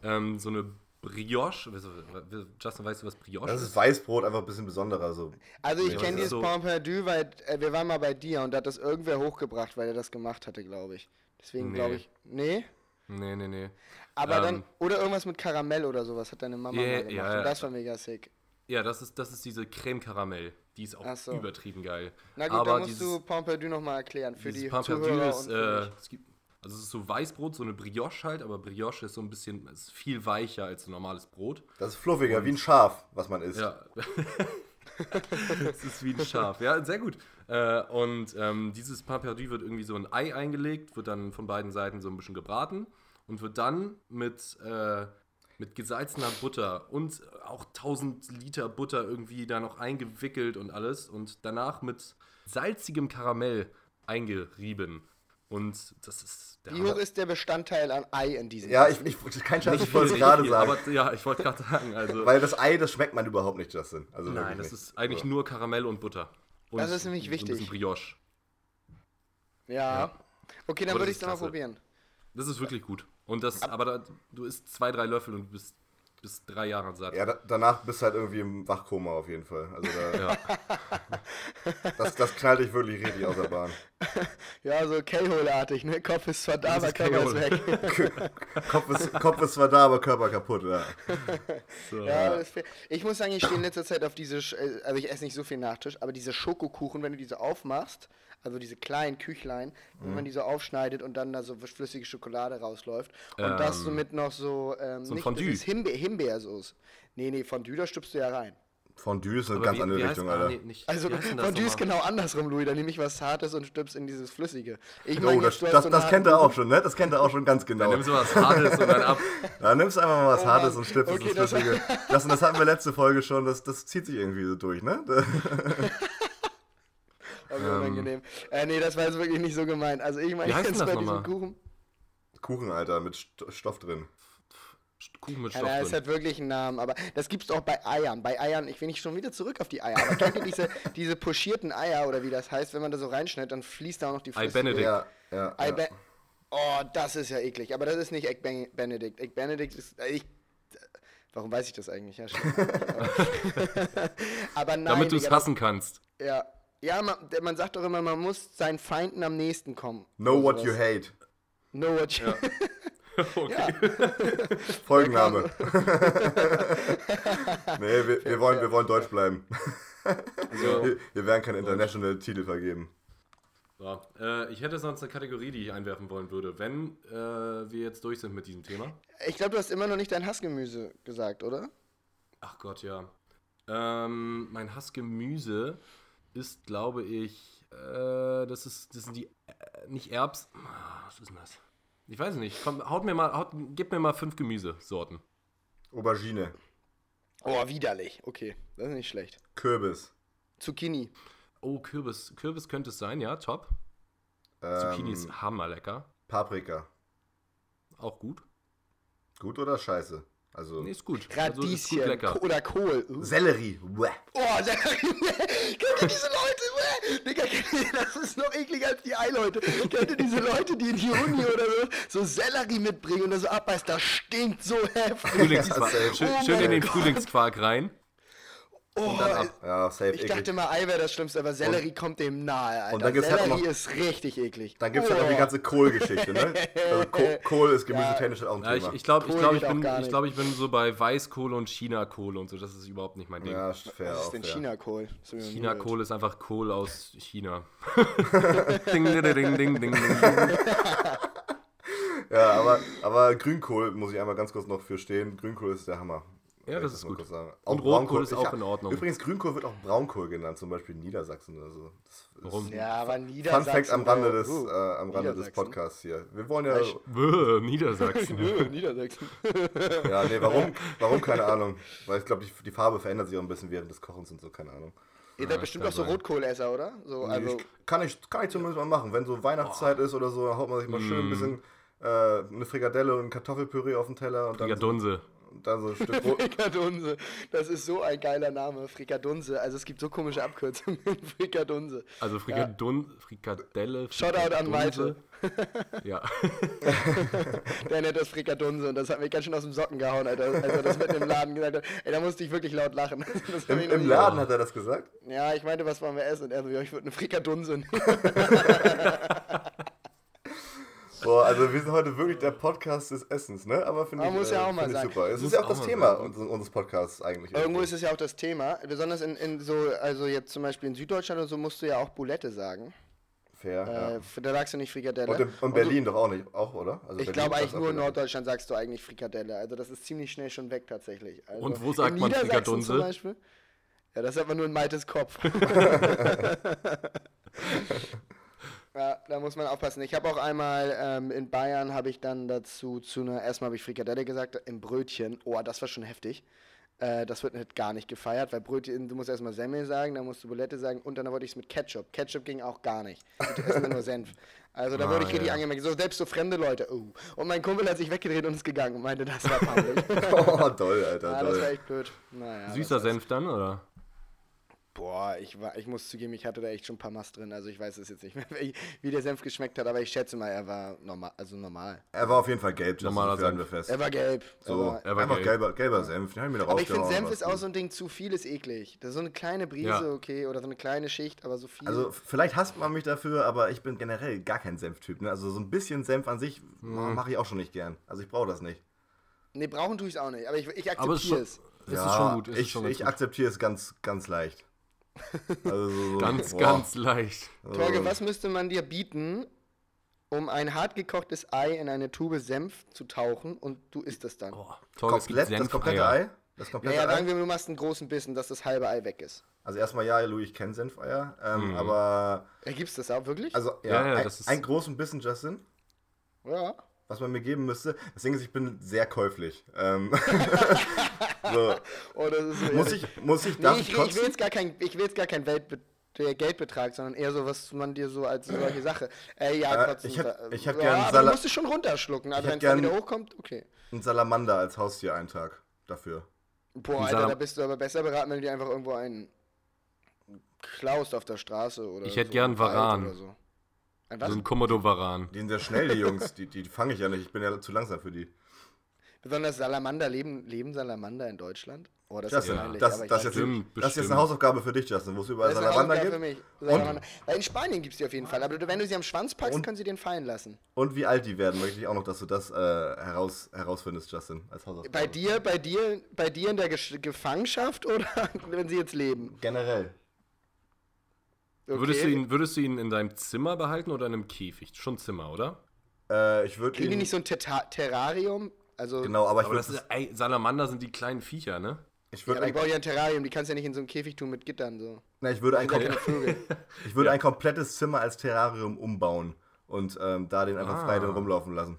B: ähm, so eine Brioche. Also, äh, Justin, weißt du, was Brioche
A: Das
B: ist?
A: ist Weißbrot einfach ein bisschen besonderer so.
C: Also ich
B: Ja, das
C: kenne dieses
B: ist so-
C: Pain Perdu, weil äh, wir waren mal bei dir und da hat das irgendwer hochgebracht, weil er das gemacht hatte, glaube ich. Deswegen
B: Nee.
C: glaube ich, nee.
B: Nee, nee, nee.
C: Aber
B: Ähm.
C: dann, oder irgendwas mit Karamell oder sowas hat deine Mama
B: Ja,
C: mal gemacht.
B: ja, ja.
C: Und das war mega sick.
B: Ja, das ist, das ist diese Creme Karamell. Die ist auch
C: Ach so.
B: übertrieben geil.
C: Na gut,
B: aber
C: dann musst
B: dieses,
C: du Pain Perdu nochmal erklären für
B: dieses
C: die
B: Pain Perdu
C: Zuhörer
B: ist,
C: und
B: äh,
C: für mich.
B: es gibt, also es ist so Weißbrot, so eine Brioche halt, aber Brioche ist so ein bisschen, ist viel weicher als ein normales Brot.
A: Das ist fluffiger, wie ein Schaf, was man isst.
B: Ja. [LAUGHS] Es ist wie ein Schaf. Ja, sehr gut. Äh, und ähm, dieses Pain perdu wird irgendwie so in Ei eingelegt, wird dann von beiden Seiten so ein bisschen gebraten und wird dann mit, äh, mit gesalzener Butter und auch 1000 Liter Butter irgendwie da noch eingewickelt und alles und danach mit salzigem Karamell eingerieben. Und das ist der
C: Wie hoch ist der Bestandteil an Ei in diesem
A: Ja, ich, ich kein Scheiß, ich wollte es
B: viel,
A: gerade
B: viel,
A: sagen.
B: Aber, ja, ich wollte gerade sagen, also
A: Weil das Ei, das schmeckt man überhaupt nicht, Justin. Also
B: nein,
A: wirklich
B: das
A: nicht.
B: ist eigentlich nur Karamell und Butter. Und
C: Das ist nämlich
B: So ein
C: wichtig.
B: bisschen Brioche.
C: Ja. Okay, dann
B: Aber das
C: würde ich es
B: ist
C: mal
B: klasse.
C: probieren.
B: Das ist wirklich gut. Und das, aber da, du isst zwei, drei Löffel und bist bis drei Jahre satt.
A: Ja, da, danach bist du halt irgendwie im Wachkoma auf jeden Fall. Also da, [LAUGHS] das, das knallt dich wirklich richtig aus der
B: [LAUGHS]
A: Bahn.
C: Ja, so K-Hole-artig, ne? Kopf ist zwar da,
B: Das
C: aber
B: ist
C: Körper ist
B: K.O.. [LAUGHS]
C: weg.
A: Kopf ist, Kopf ist zwar da, aber Körper kaputt. Ja.
B: So.
C: Ja, das fe- ich muss sagen, ich stehe in letzter Zeit auf diese, Sch- äh, also ich esse nicht so viel Nachtisch, aber diese Schokokuchen, wenn du diese aufmachst, also diese kleinen Küchlein, wenn
B: Mhm.
C: man die so aufschneidet und dann da so flüssige Schokolade rausläuft und das
B: Ähm,
C: so mit noch so, ähm,
B: so ein
C: nicht,
B: Fondue.
C: Das ist Himbe Himbeersoße. Nee, nee, Fondue, da stüpfst du ja rein.
A: Fondue ist eine
B: Aber
A: ganz
B: wie-
A: andere
B: wie heißt-
A: Richtung,
B: ah,
A: Alter.
B: nee, nicht-
C: Also
B: wie heißt denn das
C: Fondue ist
B: nochmal?
C: genau andersrum, Louis, da nehme ich was Zartes und stüpst in dieses Flüssige. Ich
A: Oh,
C: meine,
A: das,
C: jetzt, du hast
A: das,
C: so einen
A: das kennt er
C: harten
A: auch schon, ne? Das kennt er auch schon ganz genau.
B: Dann nimmst du was Hartes und dann ab.
A: Da nimmst du einfach mal was
C: Oh
A: Hartes
C: Mann.
A: und schnippst
C: Okay,
A: es ins
C: das- [LAUGHS]
A: Flüssige. Das, das hatten wir letzte Folge schon, das, das zieht sich irgendwie so durch, ne?
C: [LAUGHS] Oh, wie unangenehm. Äh, nee, das war jetzt wirklich nicht so gemeint. Also ich meine,
B: Wie heißt denn
C: jetzt
B: das
C: bei diesem
B: nochmal?
C: Kuchen.
A: Kuchen, Alter, mit St Stoff drin.
B: Kuchen mit
C: Ja,
B: Stoff
C: da ist
B: drin.
C: halt wirklich ein Name, aber das gibt's auch bei Eiern. Bei Eiern, ich will nicht schon wieder zurück auf die Eier, aber kennt ihr diese, diese pochierten Eier oder wie das heißt, wenn man da so reinschneidet, dann fließt da auch noch die
B: Ei
C: Flüssigkeit.
B: Benedict.
A: Ja, ja.
C: Ei
A: ja.
C: Be oh, das ist ja eklig, aber das ist nicht Egg Ben- Benedict. Egg Benedict ist, äh, ich, warum weiß ich das eigentlich? Ja, stimmt.
B: [LAUGHS]
C: aber nein,
B: Damit du es
C: Digga,
B: hassen
C: [LAUGHS]
B: kannst.
C: das- ja, ja man, man sagt doch immer, man muss seinen Feinden am nächsten kommen.
A: Know what
C: Sowas.
A: you hate.
C: Know what you
B: Okay.
C: [LAUGHS]
A: Folgenname. [LAUGHS] nee, wir, wir, wollen, wir wollen deutsch bleiben.
B: So.
A: Wir, wir werden keinen international Titel vergeben.
B: Ja. Äh, ich hätte sonst eine Kategorie, die ich einwerfen wollen würde, wenn äh, wir jetzt durch sind mit diesem Thema.
C: [LAUGHS] Ich glaube, du hast immer noch nicht dein Hassgemüse gesagt, oder?
B: Ach Gott, ja. Ähm, mein Hassgemüse ist, glaube ich, äh, das ist, das sind die, äh, nicht Erbsen. Ah, Was ist denn das? Ich weiß nicht. Komm, haut mir mal, haut, gib mir mal fünf Gemüsesorten.
A: Aubergine,
C: Oh, widerlich. Okay, das ist nicht schlecht.
A: Kürbis,
C: Zucchini.
B: Oh, Kürbis. Kürbis könnte es sein, ja, top. Zucchini
A: ähm,
B: ist hammerlecker.
A: Paprika.
B: Auch gut.
A: Gut oder scheiße? Also
B: Nee, ist gut. Also, ist gut
C: Radieschen.
B: lecker.
C: Ko- oder Kohl. Uh.
A: Sellerie. Uäh.
C: Oh, [LAUGHS] da- kennt ihr diese Leute? Uäh. Digga, kennt ihr- das ist noch ekliger als die Eileute. Kennt ihr diese Leute, die in die
A: [LAUGHS]
C: Uni oder so so Sellerie mitbringen und das so abbeißt? Das stinkt so heftig.
A: Ja,
B: Frühlingsquark.
C: [LAUGHS]
A: safe.
B: schön,
C: Oh
B: schön in
C: mein
B: den
C: Gott.
B: Frühlingsquark rein.
C: Oh,
A: Ja, safe
C: ich
A: eklig.
C: dachte mal, Ei wäre das Schlimmste, aber Sellerie kommt dem nahe, Alter.
A: und dann gibt's halt
C: Sellerie
A: noch-
C: ist richtig eklig.
A: Dann gibt es halt noch die
C: Oh.
A: ganze Kohlgeschichte, ne? Also
C: [LAUGHS]
A: Ko Kohl ist gemüsetechnisch halt auch ein
B: Ja, ich
A: Thema.
B: ich glaube, ich,
C: Kohl
B: glaub, ich,
C: geht auch
B: bin-
C: gar
B: ich,
C: nicht.
B: glaub, ich bin so bei Weißkohle und China-Kohle und so. Das ist überhaupt nicht mein Ding.
A: ja, fair
C: Was
A: auch,
C: ist denn
A: fair.
C: China-Kohl? Das ist mir
B: China
C: null.
B: Kohl ist einfach Kohl aus
A: [LAUGHS]
B: China. ding, ding, ding, ding, ding, ding.
A: Ja, aber, aber Grünkohl muss ich einmal ganz kurz noch für stehen. Grünkohl ist der Hammer.
B: Ja,
A: Wenn ich
B: das ist
A: mal
B: gut.
A: kurz sagen. Auch
B: Und Rotkohl
A: Braunkohl-
B: ist
A: ich
B: auch
A: hab-
B: in Ordnung.
A: Übrigens, Grünkohl wird auch Braunkohl genannt, zum Beispiel in Niedersachsen oder so. Das ist
B: Warum?
C: Ja, aber
A: Fun
C: Niedersachsen.
A: Fact am Rande, des,
C: Oh.
A: äh, am Rande des
C: Niedersachsen.
A: Podcasts hier. Wir wollen ja.
C: Echt?
B: Bö, Niedersachsen.
C: Nö, Niedersachsen.
A: Ja, nee,
C: [LAUGHS]
A: warum? Warum? Keine Ahnung. Weil ich glaube, die, die Farbe verändert sich auch ein bisschen während des Kochens und so, keine Ahnung.
C: Ihr seid bestimmt
B: kann
C: auch so
B: sein.
C: Rotkohlesser, oder? So, also,
A: ich, kann, ich, kann ich zumindest mal machen. Wenn so Weihnachtszeit ist oder so, dann haut man sich mal schön
B: Mm.
A: ein bisschen äh, eine Frikadelle und ein Kartoffelpüree auf den Teller und dann,
B: Ja, Dunse.
A: und dann so ein Stück
B: [LAUGHS]
A: Brot.
C: [LAUGHS] Frikadunse. Das ist so ein geiler Name, Frikadunse. Also es gibt so komische Abkürzungen. [LAUGHS] Frikadunse.
B: Also Frikadun, Frikadelle.
C: Shoutout an
B: Frikadunse.
C: Malte.
B: Ja.
C: Der nennt das Frikadunse und das hat mich ganz schön aus dem Socken gehauen, Alter, als er das mitten im Laden gesagt hat. Ey, da musste ich wirklich laut lachen. [LAUGHS] Das hab
A: Im,
C: ich noch nie-
A: Im Laden hat er das gesagt?
C: Ja, ich meinte, was wollen wir essen? Und er so, ja, ich würde eine Frikadunse nehmen.
A: [LAUGHS] Boah, also wir sind heute wirklich der Podcast des Essens, ne? Aber finde ich,
C: Aber muss ja
A: äh,
C: auch mal
A: find ich
C: sein.
A: super. Es
B: Muss
A: ist ja auch
B: auch
A: das
B: mal
A: Thema
B: sein.
A: uns, unseres Podcasts eigentlich.
C: Irgendwo ist es ja auch das Thema. Besonders in, in so, also jetzt zum Beispiel in Süddeutschland und so musst du ja auch Bulette sagen.
A: fair. ja.
C: Äh, da sagst du nicht Frikadelle.
A: Und in, und Berlin doch auch nicht, auch, oder? Also
C: Ich
A: Berlin
C: glaube
A: ist
C: eigentlich
A: auch
C: nur in
A: wieder-
C: Norddeutschland sagst du eigentlich Frikadelle. Also das ist ziemlich schnell schon weg tatsächlich. Also
B: Und wo
C: in
B: sagt man
C: Niedersachsen
B: Frikadunse?
C: zum Beispiel? Ja, das hat man nur in Maltes
B: [LAUGHS]
C: Kopf. ja, da muss man aufpassen. Ich habe auch einmal ähm, in Bayern habe ich dann dazu zu einer erstmal habe ich Frikadelle gesagt im Brötchen. Oh, das war schon heftig. Äh, das wird halt gar nicht gefeiert, weil Brötchen, du musst erstmal Semmel sagen, dann musst du Bulette sagen und dann wollte ich es mit Ketchup. Ketchup ging auch gar nicht. Die essen dann nur Senf. Also da
B: Ah,
C: wurde ich richtig
B: ja.
C: angemerkt. So, selbst so fremde Leute. Oh. Und mein Kumpel hat sich weggedreht und ist gegangen und meinte, das
B: [LAUGHS]
C: war peinlich.
A: [LAUGHS] Oh, toll, Alter,
C: ja, das war
A: toll.
C: echt blöd. Naja,
B: [LAUGHS] Süßer Senf dann, oder?
C: Boah, ich, war, ich muss zugeben, ich hatte da echt schon ein paar Mast drin. Also ich weiß es jetzt nicht mehr, [LAUGHS] wie wie der Senf geschmeckt hat, aber ich schätze mal, er war normal. Also normal.
A: Er war auf jeden Fall gelb, Justin,
B: Normaler
A: führen wir
B: Senf.
A: fest.
C: Er war gelb.
A: so,
C: Er war,
B: er war
A: einfach
B: gelb.
A: gelber, gelber Senf, den hab ich mir da
C: aber ich finde,
A: rausgehauen,
C: Senf
A: war's
C: ist auch
A: gut.
C: so ein Ding, zu viel ist eklig. Das ist so eine kleine Brise,
B: Ja.
C: okay, oder so eine kleine Schicht, aber so viel.
A: Also vielleicht hasst man mich dafür, aber ich bin generell gar kein Senftyp. Ne? Also so ein bisschen Senf an sich
B: Mhm.
A: mache ich auch schon nicht gern. Also ich brauche das nicht.
C: nee, brauchen tue ich es auch nicht, aber ich, ich
B: Aber es ist schon,
C: akzeptiere es.
B: es ist schon gut. Es
A: ich
B: ist schon ganz
A: ich
B: gut.
A: akzeptiere es ganz, ganz
B: [LAUGHS]
A: leicht. Also so, so,
B: Ganz,
A: boah.
B: ganz leicht.
C: Torge, was müsste man dir bieten, um ein hart gekochtes Ei in eine Tube Senf zu tauchen und du isst es dann?
B: Boah, Torge, es gibt
A: Komplett, das komplette
B: Senfeier.
A: Ei? Das komplette
C: naja,
A: Ei?
C: sagen wir, du machst einen großen Bissen, dass das halbe Ei weg ist.
A: Also erstmal ja, Louis, ich kenne Senfeier. Ähm, Aber,
C: Äh, Gibt's das auch wirklich?
A: also ja,
B: Mhm. Ja, ja,
A: ein,
B: das ist-
A: einen großen Bissen, Justin,
C: ja.
A: was man mir geben müsste. Das Ding ist, ich bin sehr käuflich.
B: [LAUGHS]
A: Ähm, [LAUGHS] so,
C: Oh, das ist so
A: muss
C: ehrlich.
A: ich, muss ich, darf
C: Nee, ich,
A: ich
C: will- ich will
A: kotzen?
C: jetzt gar kein, ich will jetzt gar kein Weltbe äh, Geldbetrag, sondern eher so, was man dir so als solche Sache. Äh, ja,
A: Äh,
C: kotzen.
A: ich hätt-
C: äh,
A: ich hätt
C: ja,
A: gern
C: aber
A: Salat-
C: Du musst es schon runterschlucken, also
A: hätt
C: wenn es dann
A: gern-
C: wieder hochkommt, okay.
A: Ein Salamander als Haustier einen Tag dafür.
C: Boah,
B: Ein
C: Alter,
B: Salam-
C: da bist du aber besser beraten, wenn du dir einfach irgendwo einen klaust auf der Straße oder
B: Ich hätt
C: so
B: gern
C: im Wald
B: Varan.
C: oder so. Ein was?
B: So ein Komodo-Varan.
A: Die sind sehr schnell, die Jungs. Die, die fange ich ja nicht. Ich bin ja zu langsam für die.
C: Besonders Salamander, leben, leben Salamander in Deutschland? Oh, das
A: Justin,
C: ist peinlich,
A: das,
C: aber ich
A: das,
C: weiß
A: jetzt,
C: nicht.
B: Stimmt,
A: das ist jetzt
B: bestimmt.
A: eine Hausaufgabe für dich, Justin, wo es überall
C: Das ist eine
A: Salamander
C: Hausaufgabe
A: gibt.
C: für mich. Salamander. Weil in Spanien gibt es die auf jeden Fall, aber du, wenn du sie am Schwanz packst,
A: Und-
C: können sie den fallen lassen.
A: Und wie alt die werden, möchte ich auch noch, dass du das äh, heraus, herausfindest, Justin, als Hausaufgabe.
C: Bei dir, bei dir, bei dir in der Gesch- Gefangenschaft oder [LAUGHS] wenn sie jetzt leben?
A: Generell.
C: Okay.
B: Würdest, du ihn, würdest du ihn in deinem Zimmer behalten oder in einem Käfig? Schon Zimmer, oder?
A: Äh, ich würde
C: Kriegen die
A: ihn.
C: nicht so ein Terta- Terrarium? Also,
A: genau, aber ich
B: Aber das
A: würde
B: ist, ey, Salamander sind die kleinen Viecher, ne?
A: ich
C: ja,
A: würd
C: aber die
A: ein,
C: brauchen ja ein Terrarium, die kannst du ja nicht in so einen Käfig tun mit Gittern. So.
A: na, ich würde ein,
C: Keine
A: kom-
C: Vögel.
A: [LAUGHS] ich würde ein komplettes Zimmer als Terrarium umbauen und ähm, da den einfach frei
B: Ah.
A: drin rumlaufen lassen.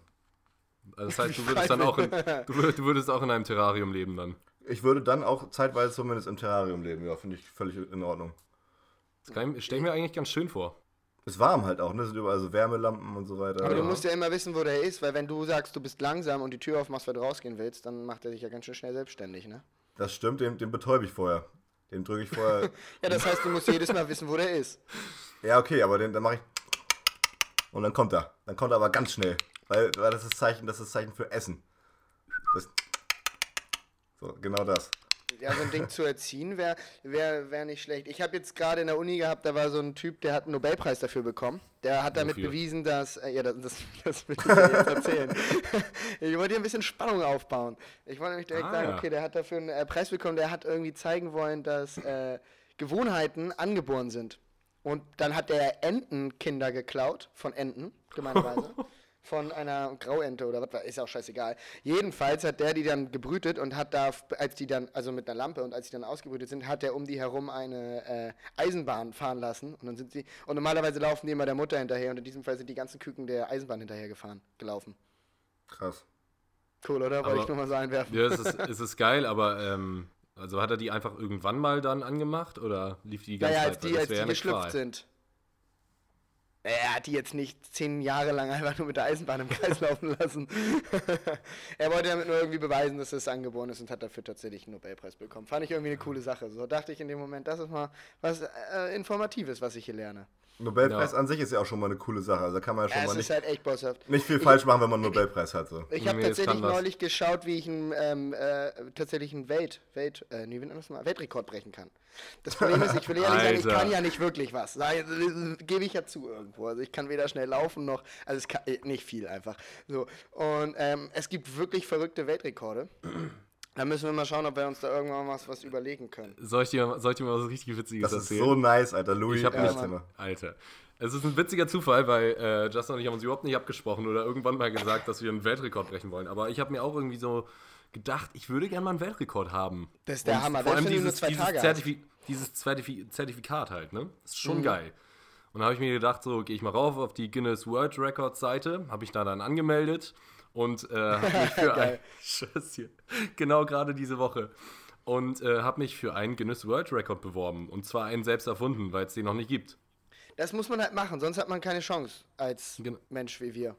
C: [LAUGHS]
B: Also Das heißt, du würdest dann auch in, du, wür- du würdest auch in einem Terrarium leben dann.
A: Ich würde dann auch zeitweise zumindest im Terrarium leben, ja, finde ich völlig in Ordnung.
B: Das kann ich, stell ich mir eigentlich ganz schön vor.
A: Ist warm halt auch, ne? Sind überall so Wärmelampen und so weiter.
C: Aber du
A: Ja.
C: musst ja immer wissen, wo der ist, weil wenn du sagst, du bist langsam und die Tür aufmachst, weil du rausgehen willst, dann macht er dich ja ganz schön schnell selbstständig, ne?
A: das stimmt, den, den betäube ich vorher. Den drücke ich
B: [LAUGHS]
A: vorher.
C: Ja, das heißt, du musst jedes Mal wissen, wo der ist.
A: ja, okay, aber den, dann mache ich. Und dann kommt er. Dann kommt er aber ganz schnell. Weil, weil das ist Zeichen, das ist Zeichen für Essen. Das, so, genau das.
C: Ja, so ein Ding zu erziehen wäre wär, wär nicht schlecht. Ich habe jetzt gerade in der Uni gehabt, da war so ein Typ, der hat einen Nobelpreis dafür bekommen. Der hat damit
B: Wofür?
C: bewiesen, dass. Äh, ja, das, das, das will ich dir jetzt erzählen. [LAUGHS] ich wollte hier ein bisschen Spannung aufbauen. Ich wollte nämlich direkt
B: Ah,
C: sagen,
B: ja.
C: okay, der hat dafür einen äh, Preis bekommen, der hat irgendwie zeigen wollen, dass äh, Gewohnheiten angeboren sind. Und dann hat er Entenkinder geklaut, von Enten,
B: [LAUGHS]
C: gemeinerweise. von einer Grauente oder was, war- ist ja auch scheißegal. Jedenfalls hat der die dann gebrütet und hat da, als die dann, also mit einer Lampe und als die dann ausgebrütet sind, hat er um die herum eine äh, Eisenbahn fahren lassen. Und dann sind sie, und normalerweise laufen die immer der Mutter hinterher und in diesem Fall sind die ganzen Küken der Eisenbahn hinterher gefahren, gelaufen.
A: Krass.
C: Cool, oder? Wollte
B: Aber-
C: ich nur mal so einwerfen.
B: Ja, es ist, es ist geil, aber ähm, also hat er die einfach irgendwann mal dann angemacht oder lief die die ganze
C: Naja, als
B: Zeit? Weil
C: die,
B: das
C: als
B: wär
C: die
B: ja eine
C: geschlüpft
B: Qual.
C: sind. Er hat die jetzt nicht zehn Jahre lang einfach nur mit der Eisenbahn im
B: [LAUGHS]
C: Kreis laufen lassen. [LAUGHS] er wollte damit nur irgendwie beweisen, dass es angeboren ist und hat dafür tatsächlich einen Nobelpreis bekommen. Fand ich irgendwie eine coole Sache. So dachte ich in dem Moment, das ist mal was äh, Informatives, was ich hier lerne.
A: Nobelpreis
B: Ja.
A: an sich ist ja auch schon mal eine coole Sache. Also da kann man ja schon
C: Ja,
A: mal
C: es
A: nicht,
C: ist halt echt bosshaft.
A: nicht viel falsch machen, wenn man einen Nobelpreis hat. So.
C: Ich habe
B: Nee, es
C: tatsächlich
B: kann was.
C: neulich geschaut, wie ich einen, ähm, äh, tatsächlich einen Welt, Welt, äh, nee, wie nennt man das mal? Weltrekord brechen kann. Das Problem ist, ich will ehrlich sagen, ich
B: Alter.
C: kann ja nicht wirklich was. Sag ich- äh, Gebe ich ja zu irgendwo. Also ich kann weder schnell laufen noch, also es kann, äh, nicht viel einfach. So und ähm, es gibt wirklich verrückte Weltrekorde. Da müssen wir mal schauen, ob wir uns da irgendwann was, was überlegen können.
B: Soll ich, dir, soll ich dir mal was richtig Witziges
A: Das ist
B: erzählen?
A: so nice, Alter. Louis,
B: Ich hab
A: erzähl
B: mich,
A: mal.
B: [LAUGHS] Alter. Es ist ein witziger Zufall, weil äh, Justin und ich haben uns überhaupt nicht abgesprochen oder irgendwann mal gesagt, dass wir einen Weltrekord brechen wollen. Aber ich habe mir auch irgendwie so gedacht, ich würde gerne mal einen Weltrekord haben.
C: Das ist der Hammer.
B: Vor
C: Das,
B: allem
C: wenn du nur
B: dieses,
C: zwei
B: dieses,
C: Tage hast.
B: Zertifi dieses Zertifi Zertifikat halt, ne? Ist
C: Mhm.
B: schon geil. Und da habe ich mir gedacht, so gehe ich mal rauf auf die Guinness World Records Seite, habe ich da dann [LAUGHS]
C: [LAUGHS]
B: angemeldet und äh, habe mich für ein, Scheiß hier, genau gerade diese Woche. und äh, habe mich für einen Guinness World Record beworben. Und zwar einen selbst erfunden, weil es den noch nicht gibt.
C: Das muss man halt machen, sonst hat man keine Chance als Mensch wie wir.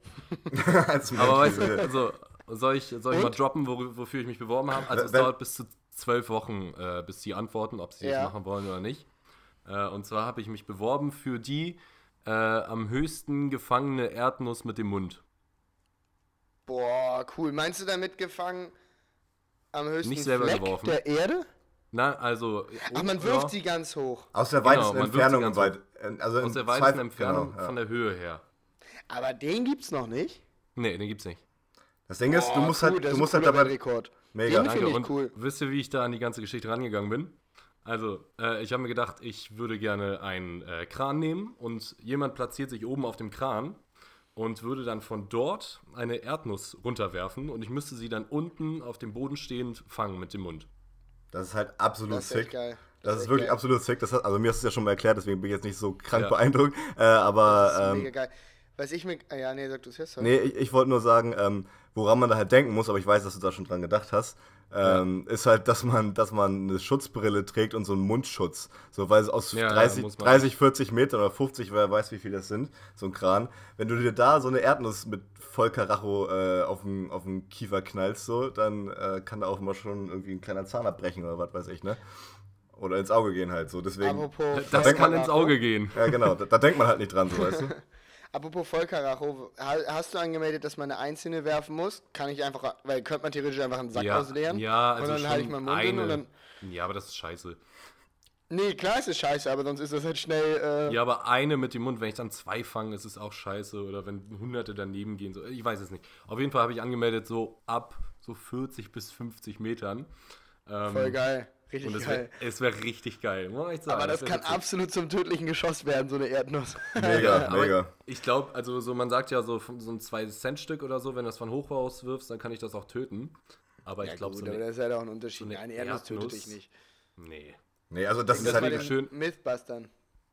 A: Als
B: Aber
A: Mensch,
B: weißt du, also, soll ich, soll ich
C: Und?
B: mal droppen, wo, wofür ich mich beworben habe? Also es
A: Wenn-
B: dauert bis zu zwölf Wochen, äh, bis sie antworten, ob sie
C: Ja.
B: das machen wollen oder nicht. Äh, und zwar habe ich mich beworben für die äh, am höchsten gefangene Erdnuss mit dem Mund.
C: Boah, cool. Meinst du damit gefangen am höchsten
B: Nicht selber
C: Fleck
B: geworfen.
C: der Erde?
B: Na, also.
C: Ach, man wirft sie ganz hoch.
A: Aus der
B: Genau,
A: weitesten
B: man wirft sie
A: Entfernung
B: ganz
A: weit. äh, Also
B: Aus
A: im
B: der weitesten
A: Zweifel-
B: Entfernung
A: genau, ja.
B: von der Höhe her.
C: Aber den gibt's noch nicht.
B: Nee, den gibt's nicht.
A: Das Ding ist, du
C: Boah,
A: musst
C: cool,
A: halt,
C: das
A: du
C: ist
A: musst
C: ein
A: halt
C: cooler
A: dabei.
C: Weltrekord.
A: Mega.
C: Den- Finde ich
B: und
C: cool.
B: Wisst ihr, wie ich da an die ganze Geschichte rangegangen bin? Also, äh, ich habe mir gedacht, ich würde gerne einen äh, Kran nehmen und jemand platziert sich oben auf dem Kran und würde dann von dort eine Erdnuss runterwerfen und ich müsste sie dann unten auf dem Boden stehend fangen mit dem Mund.
A: Das ist halt absolut
C: Das ist
A: sick.
C: echt geil.
A: Das,
C: ist
A: ist
C: echt
A: wirklich
C: geil.
A: absolut sick. Das hat, also mir hast du es ja schon mal erklärt, deswegen bin ich jetzt nicht so krank
B: Ja.
A: beeindruckt. Äh,
C: Das ist
A: aber
C: mega
A: ähm,
C: geil. Weiß ich mir. ah, Ja, nee, sag du es jetzt.
A: nee, ich, ich wollte nur sagen, ähm, woran man da halt denken muss, aber ich weiß, dass du da schon dran gedacht hast, ähm, ist halt, dass man, dass man eine Schutzbrille trägt und so einen Mundschutz. So, weil es aus
B: Ja,
A: 30,
B: muss man.
A: 30, 40 Metern oder 50, wer weiß, wie viel das sind, so ein Kran. Wenn du dir da so eine Erdnuss mit voll Karacho äh, auf, den, auf den Kiefer knallst, so, dann äh, kann da auch mal schon irgendwie ein kleiner Zahn abbrechen oder was weiß ich, ne? Oder ins Auge gehen halt so. Deswegen.
C: Apropos
B: Das
A: denk
B: kann
A: mal
B: ins
C: Vollkaracho.
B: Auge gehen.
A: Ja, genau, da, da denkt man halt nicht dran, so
B: [LAUGHS]
A: weißt du.
C: Apropos Vollkaracho, ha- hast du angemeldet, dass man eine einzelne werfen muss? Kann ich einfach, weil könnte man theoretisch einfach einen Sack
B: Ja,
C: ausleeren
B: ja, also
C: und dann
B: schon
C: halte ich meinen Mund
B: eine.
C: hin und dann...
B: Ja, aber das ist scheiße.
C: Nee, klar ist es scheiße, aber sonst ist das halt schnell... Äh,
B: Ja, aber eine mit dem Mund, wenn ich dann zwei fange, ist es auch scheiße. Oder wenn hunderte daneben gehen. So, ich weiß es nicht. Auf jeden Fall habe ich angemeldet, so ab so 40 bis 50 Metern. Ähm,
C: voll geil, richtig
B: Und es wäre
C: geil.
B: wär richtig geil, muss ich sagen.
C: Aber das
B: wär
C: kann
B: witzig.
C: absolut zum tödlichen Geschoss werden, so eine Erdnuss. [LAUGHS]
A: Mega,
B: Aber
A: mega.
B: Ich glaube, also so, man sagt ja so, von- so ein 2-Cent-Stück oder so, wenn du das von hoch auswirfst, dann kann ich das auch töten. Aber ich glaube so.
C: gut, aber
B: Eine,
C: das ist halt auch ein Unterschied.
B: eine
C: Nein, eine Erdnuss tötet
B: Erdnuss.
C: dich nicht.
B: nee.
A: Nee, also das
B: Das
A: ist
B: war
A: halt.
B: den schön-
C: Mythbustern.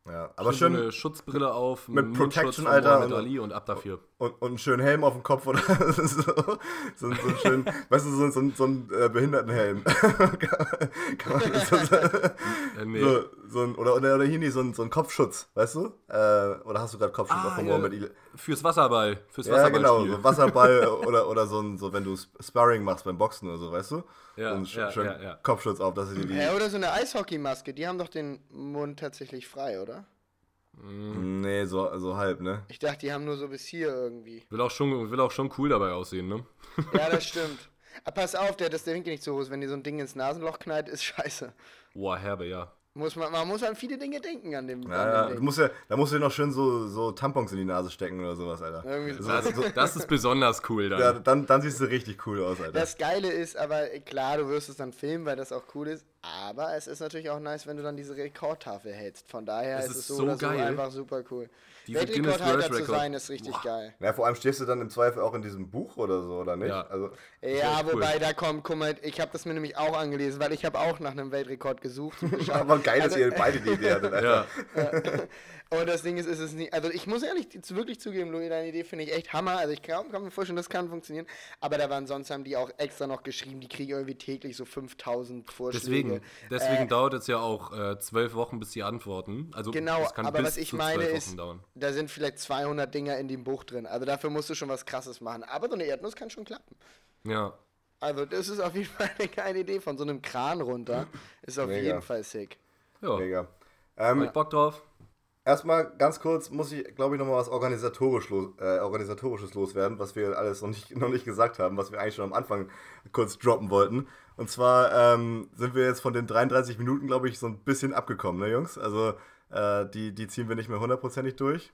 A: Ja, aber
B: so
A: schön
B: eine Schutzbrille auf,
A: Mit
B: einen Mundschutz
A: Protection,
B: von
A: Alter, also
B: Mohammed
A: und-
B: Ali und ab dafür.
A: und, und einen schönen Helm auf dem Kopf oder [LAUGHS] so. So, so einen schönen, weißt du, so, so, so einen äh, Behindertenhelm. [LAUGHS] Kann man
B: [LAUGHS]
A: das so,
B: Äh, nee.
A: so, so ein, oder, oder, oder hier nicht, so ein, so ein Kopfschutz, weißt du? Äh, oder hast du gerade Kopfschutz
B: Ah,
A: von
B: ja.
A: Mohammed Ali?
B: Fürs Wasserball. Fürs
A: Ja,
B: Wasserballspiel.
A: genau, so Wasserball
B: [LAUGHS]
A: oder, oder so, ein, so, wenn du Sp- Sparring machst beim Boxen oder so, weißt du?
B: Ja,
A: so einen
B: ja,
A: sch- schönen
B: ja, ja.
A: Kopfschutz auf, dass sie die.
C: Ja, oder so eine Eishockeymaske, die haben doch den Mund tatsächlich frei, oder?
A: Nee, so, so halb, ne?
C: Ich dachte, die haben nur so bis hier irgendwie.
B: Will auch, schon, will auch schon cool dabei aussehen, ne?
C: Ja,
B: [LAUGHS]
C: das stimmt. Ah, pass auf, der, dass der Winkel nicht so hoch ist. Wenn dir so ein Ding ins Nasenloch knallt, ist scheiße.
B: Boah, herbe, ja.
C: Muss man, man muss an viele Dinge denken an dem,
A: Ja,
C: an
A: ja, du
C: dem Ding.
A: musst ja, da musst du dir noch schön so, so Tampons in die Nase stecken oder sowas, Alter.
C: Irgendwie so.
A: so, so, so,
B: Das ist besonders cool dann.
A: ja, dann, dann siehst du richtig cool aus, Alter.
C: Das Geile ist aber, äh, klar, du wirst es dann filmen, weil das auch cool ist, aber es ist natürlich auch nice, wenn du dann diese Rekordtafel hältst. Von daher
B: Es
C: ist
B: ist
C: es so,
B: so
C: oder so
B: geil.
C: einfach super cool.
B: Diese Guinness
C: Weltrekordhalter
B: World
C: zu
B: Record.
C: sein, ist richtig
B: Boah.
C: geil.
A: Na, vor allem stehst du dann im Zweifel auch in diesem Buch oder so, oder nicht?
B: Ja.
A: Also, [LAUGHS]
C: Ja,
B: echt cool.
C: wobei, da kommt, guck mal, ich habe das mir nämlich auch angelesen, weil ich habe auch nach einem Weltrekord
B: [LAUGHS]
C: gesucht. und geschaut.
A: aber geil, dass
C: Also,
A: ihr beide die Idee hattet, Alter.
B: Ja,
C: [LAUGHS] Und das Ding ist, ist es nicht. Also ich muss ehrlich jetzt wirklich zugeben, Louis, deine Idee finde ich echt Hammer. Also ich kann, kann mir vorstellen, das kann funktionieren. Aber da waren sonst haben die auch extra noch geschrieben, die kriegen irgendwie täglich so 5000 Vorschläge.
B: deswegen, deswegen dauert es ja auch äh, zwölf Wochen, bis sie antworten. Also
C: Genau,
B: es kann
C: aber
B: bis
C: was ich
B: zu
C: meine
B: zwölf
C: ist,
B: Wochen dauern.
C: da sind vielleicht 200 Dinger in dem Buch drin. Also dafür musst du schon was Krasses machen. Aber so eine Erdnuss kann schon klappen.
B: Ja.
C: Also das ist auf jeden [LAUGHS] Fall eine geile Idee. Von so einem Kran runter ist auf
A: Mega.
C: jeden Fall sick.
B: Ja.
A: Mega. Ähm,
B: Hab ich Bock drauf?
A: erstmal ganz kurz muss ich, glaube ich, nochmal was organisatorisch los, äh, organisatorisches loswerden, was wir alles noch nicht, noch nicht gesagt haben, was wir eigentlich schon am Anfang kurz droppen wollten. Und zwar ähm, sind wir jetzt von den 33 Minuten, glaube ich, so ein bisschen abgekommen, ne, Jungs? Also äh, die, die ziehen wir nicht mehr hundertprozentig durch.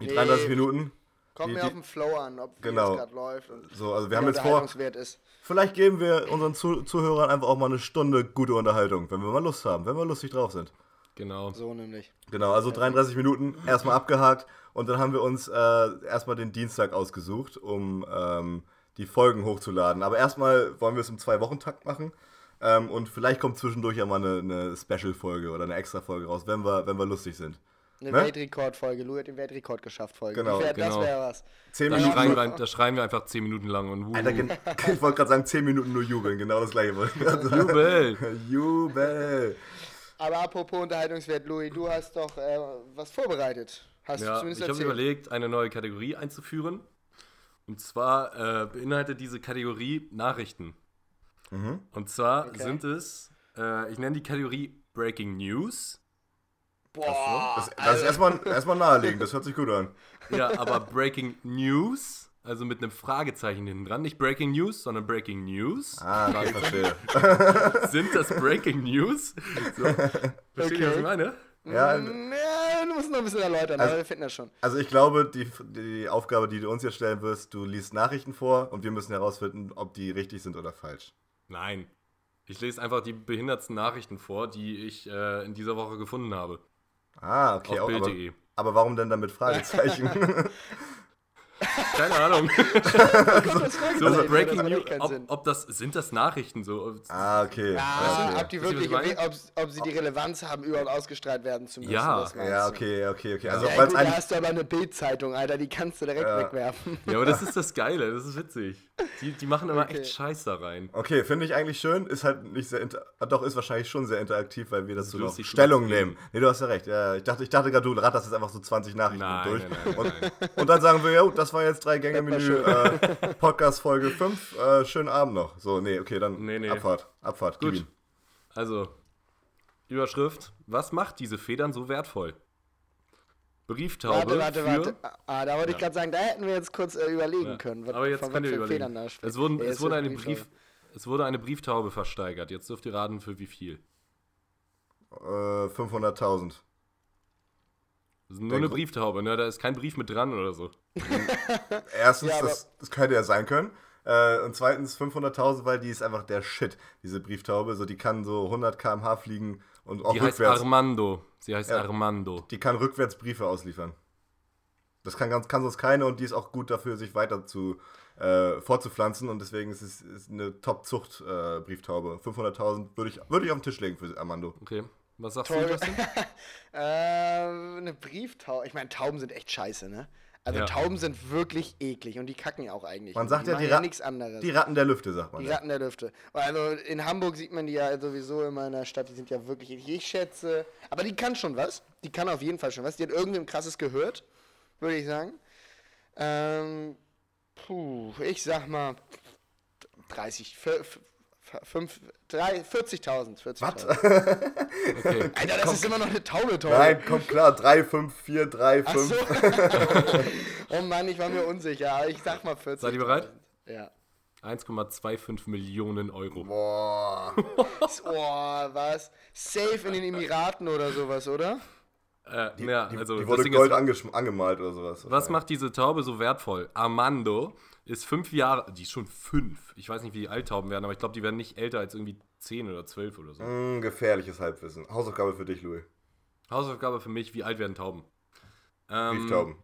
A: Die
C: Nee.
A: 33 Minuten.
C: Kommt
A: Die-
C: mir
A: die-
C: auf den Flow an, ob
A: Genau.
C: es gerade läuft und
A: So, also wir
C: wie
A: haben jetzt vor,
C: unterhaltungswert ist.
A: vielleicht geben wir unseren Zu Zuhörern einfach auch mal eine Stunde gute Unterhaltung, wenn wir mal Lust haben, wenn wir lustig drauf sind.
B: Genau.
C: So nämlich.
A: Genau, also 33 Minuten erstmal abgehakt und dann haben wir uns äh, erstmal den Dienstag ausgesucht, um ähm, die Folgen hochzuladen. Aber erstmal wollen wir es im Zwei-Wochen-Takt machen ähm, und vielleicht kommt zwischendurch ja mal eine, eine Special-Folge oder eine Extra-Folge raus, wenn wir, wenn wir lustig sind.
C: Eine
A: Ne?
C: Weltrekordfolge. Lou hat den Weltrekord geschafft, Folge.
A: Genau,
C: Die wär,
B: genau.
C: Das wäre was.
A: Zehn
B: Da
A: Minuten. [LAUGHS]
B: schreien, wir, da schreien wir einfach 10 Minuten lang und wuhu,
A: Alter,
C: genau.
A: gen- ich wollte gerade sagen, 10 Minuten nur jubeln, genau das gleiche wollte ich gerade sagen.
C: [LAUGHS]
B: Jubel.
A: [LAUGHS] Jubel.
C: Aber apropos Unterhaltungswert, Louis, du hast doch äh, was vorbereitet. Hast du
B: Ja,
C: zumindest
B: ich habe
C: erzählt.
B: überlegt, eine neue Kategorie einzuführen. Und zwar äh, beinhaltet diese Kategorie Nachrichten.
A: Mhm.
B: Und zwar
C: Okay.
B: sind es, äh, ich nenne die Kategorie Breaking News.
C: Boah,
A: Das, das ist
C: Oh, Alter.
A: erstmal, erstmal naheliegend, das hört sich gut an.
B: Ja, aber Breaking News, also mit einem Fragezeichen hinten dran. Nicht Breaking News, sondern Breaking News.
A: Ah, [LAUGHS] okay, ich
C: [LAUGHS]
A: verstehe.
B: Sind das Breaking News? So. Versteht ihr, was ich
C: Okay.
B: meine?
A: Ja,
C: Hm, Ja, du musst noch ein bisschen erläutern,
A: Also-
C: aber wir finden das
A: [LAUGHS]
C: schon.
A: also ich glaube, die, die Aufgabe, die du uns jetzt stellen wirst, du liest Nachrichten vor und wir müssen herausfinden, ob die richtig sind oder falsch.
B: Nein. Ich lese einfach die behindertsten Nachrichten vor, die ich äh, in dieser Woche gefunden habe.
A: Ah, okay.
B: auf E.
A: auch- aber,
B: Bild.de.
A: aber warum denn dann mit
C: [LAUGHS]
A: Fragezeichen? [LAUGHS]
B: Keine Ahnung. So,
C: Also,
B: Breaking
C: das macht
B: News.
C: echt keinen
B: Ob,
C: Sinn.
B: ob das, sind das Nachrichten so? Ob-
A: ah, okay.
C: Ja,
A: okay.
C: ob die
B: Wisst ihr, was ich
C: wirklich,
B: meine?
C: ob, ob sie die Relevanz haben, überhaupt ausgestrahlt werden zu müssen.
B: Ja.
C: das meinst
A: Ja,
C: du.
A: okay, okay, okay. Also,
C: Ja,
A: falls
C: gut,
A: ein,
C: da hast du aber eine Bildzeitung, Alter, die kannst du direkt
A: Ja.
C: wegwerfen.
B: Ja, aber das ist das Geile, das ist witzig. Die, die machen immer
C: Okay.
B: echt Scheiß da rein.
A: Okay, finde ich eigentlich schön. Ist halt nicht sehr inter ah, doch ist wahrscheinlich schon sehr interaktiv, weil wir dazu
B: ist
A: noch
B: lustig,
A: Stellung
B: übertrieben.
A: nehmen. Nee, du hast ja recht. Ja, ich dachte, ich dachte gerade, du ratterst jetzt einfach so 20 Nachrichten
B: Nein,
A: durch.
B: nein, nein,
A: und,
B: nein.
A: und dann sagen wir, ja, gut, das war jetzt drei Gänge
C: war
A: Menü, äh, Podcast Folge 5, äh, schönen Abend noch. So, nee, okay, dann
B: Nee, nee.
A: Abfahrt, Abfahrt, gib
B: Gut.
A: ihm.
B: [LAUGHS] Also, Überschrift: Was macht diese Federn so wertvoll? Brieftaube.
C: Warte, warte,
B: für,
C: warte. Ah, da wollte ich gerade sagen, da hätten wir jetzt kurz äh, überlegen
B: Ja.
C: können.
B: aber jetzt
C: von
B: könnt
C: was
B: ihr
C: für Federn
B: überlegen.
C: da spricht.
B: Es, wurden,
C: Ja,
B: es,
C: jetzt
B: wurde
C: wird
B: eine
C: Briefwahl.
B: Brief, es wurde eine Brieftaube versteigert. Jetzt dürft ihr raten, für wie viel.
A: Äh, 500.000.
B: Das ist nur
A: Der
B: eine
A: Gru-
B: Brieftaube, ne? Da ist kein Brief mit dran oder so.
A: Erstens,
C: Ja, aber-
A: das, das könnte ja sein können. Äh, und zweitens 500.000, weil die ist einfach der Shit, diese Brieftaube. So, die kann so 100 km/h fliegen und auch
B: Die heißt
A: rückwärts.
B: Armando. Sie heißt
A: Ja.
B: Armando.
A: Die kann rückwärts Briefe ausliefern. Das kann, ganz, kann sonst keine und die ist auch gut dafür, sich weiter zu, äh, vorzupflanzen und deswegen ist es ist eine Top-Zucht-Brieftaube. 500.000 würde ich, würde ich auf den Tisch legen für Armando.
B: Okay. Was sagst
C: Toll.
B: du,
C: [LAUGHS]
B: Justin?
C: Ähm, eine Brieftaube. Ich meine, Tauben sind echt scheiße, ne? Also
B: Ja.
C: Tauben sind wirklich eklig und die kacken ja auch eigentlich.
A: Man
C: nicht.
A: sagt
C: die
A: ja,
C: machen
A: die,
C: ja
A: Rat-
C: nichts anderes.
A: die Ratten der Lüfte, sagt man.
C: Die
A: ja.
C: Ratten der Lüfte. Also in Hamburg sieht man die ja sowieso immer in der Stadt, die sind ja wirklich, ich schätze. Aber die kann schon was. Die kann auf jeden Fall schon was. Die hat irgendwem krasses gehört, würde ich sagen. Ähm, puh, ich sag mal 30, vier- vier- fünf, drei- 40.000.
B: [LAUGHS]
C: 40.000.
B: Okay.
C: Alter, das ist immer noch eine Taube, Taube.
A: Nein, komm klar, 3, 5, 4, 3,
C: Ach
A: 5.
C: so. [LAUGHS] oh Mann, ich war mir unsicher, aber ich sag mal 40.
B: Seid ihr bereit?
C: Ja.
B: 1,25 Millionen Euro.
A: Boah.
C: Oh, was? Safe in den Emiraten oder sowas, oder?
B: Äh, ja,
A: Die,
B: also
A: die
B: das
A: wurde
B: Ding
A: Gold
B: ist,
A: angeschm- angemalt oder sowas.
B: was macht diese Taube so wertvoll? Armando ist fünf Jahre, die ist schon fünf. Ich weiß nicht, wie die Alttauben werden, aber ich glaube, die werden nicht älter als irgendwie zehn oder zwölf oder so.
A: Hm, gefährliches Halbwissen. Hausaufgabe für dich, Louis.
B: Hausaufgabe für mich, wie alt werden Tauben? Ähm,
A: Brieftauben.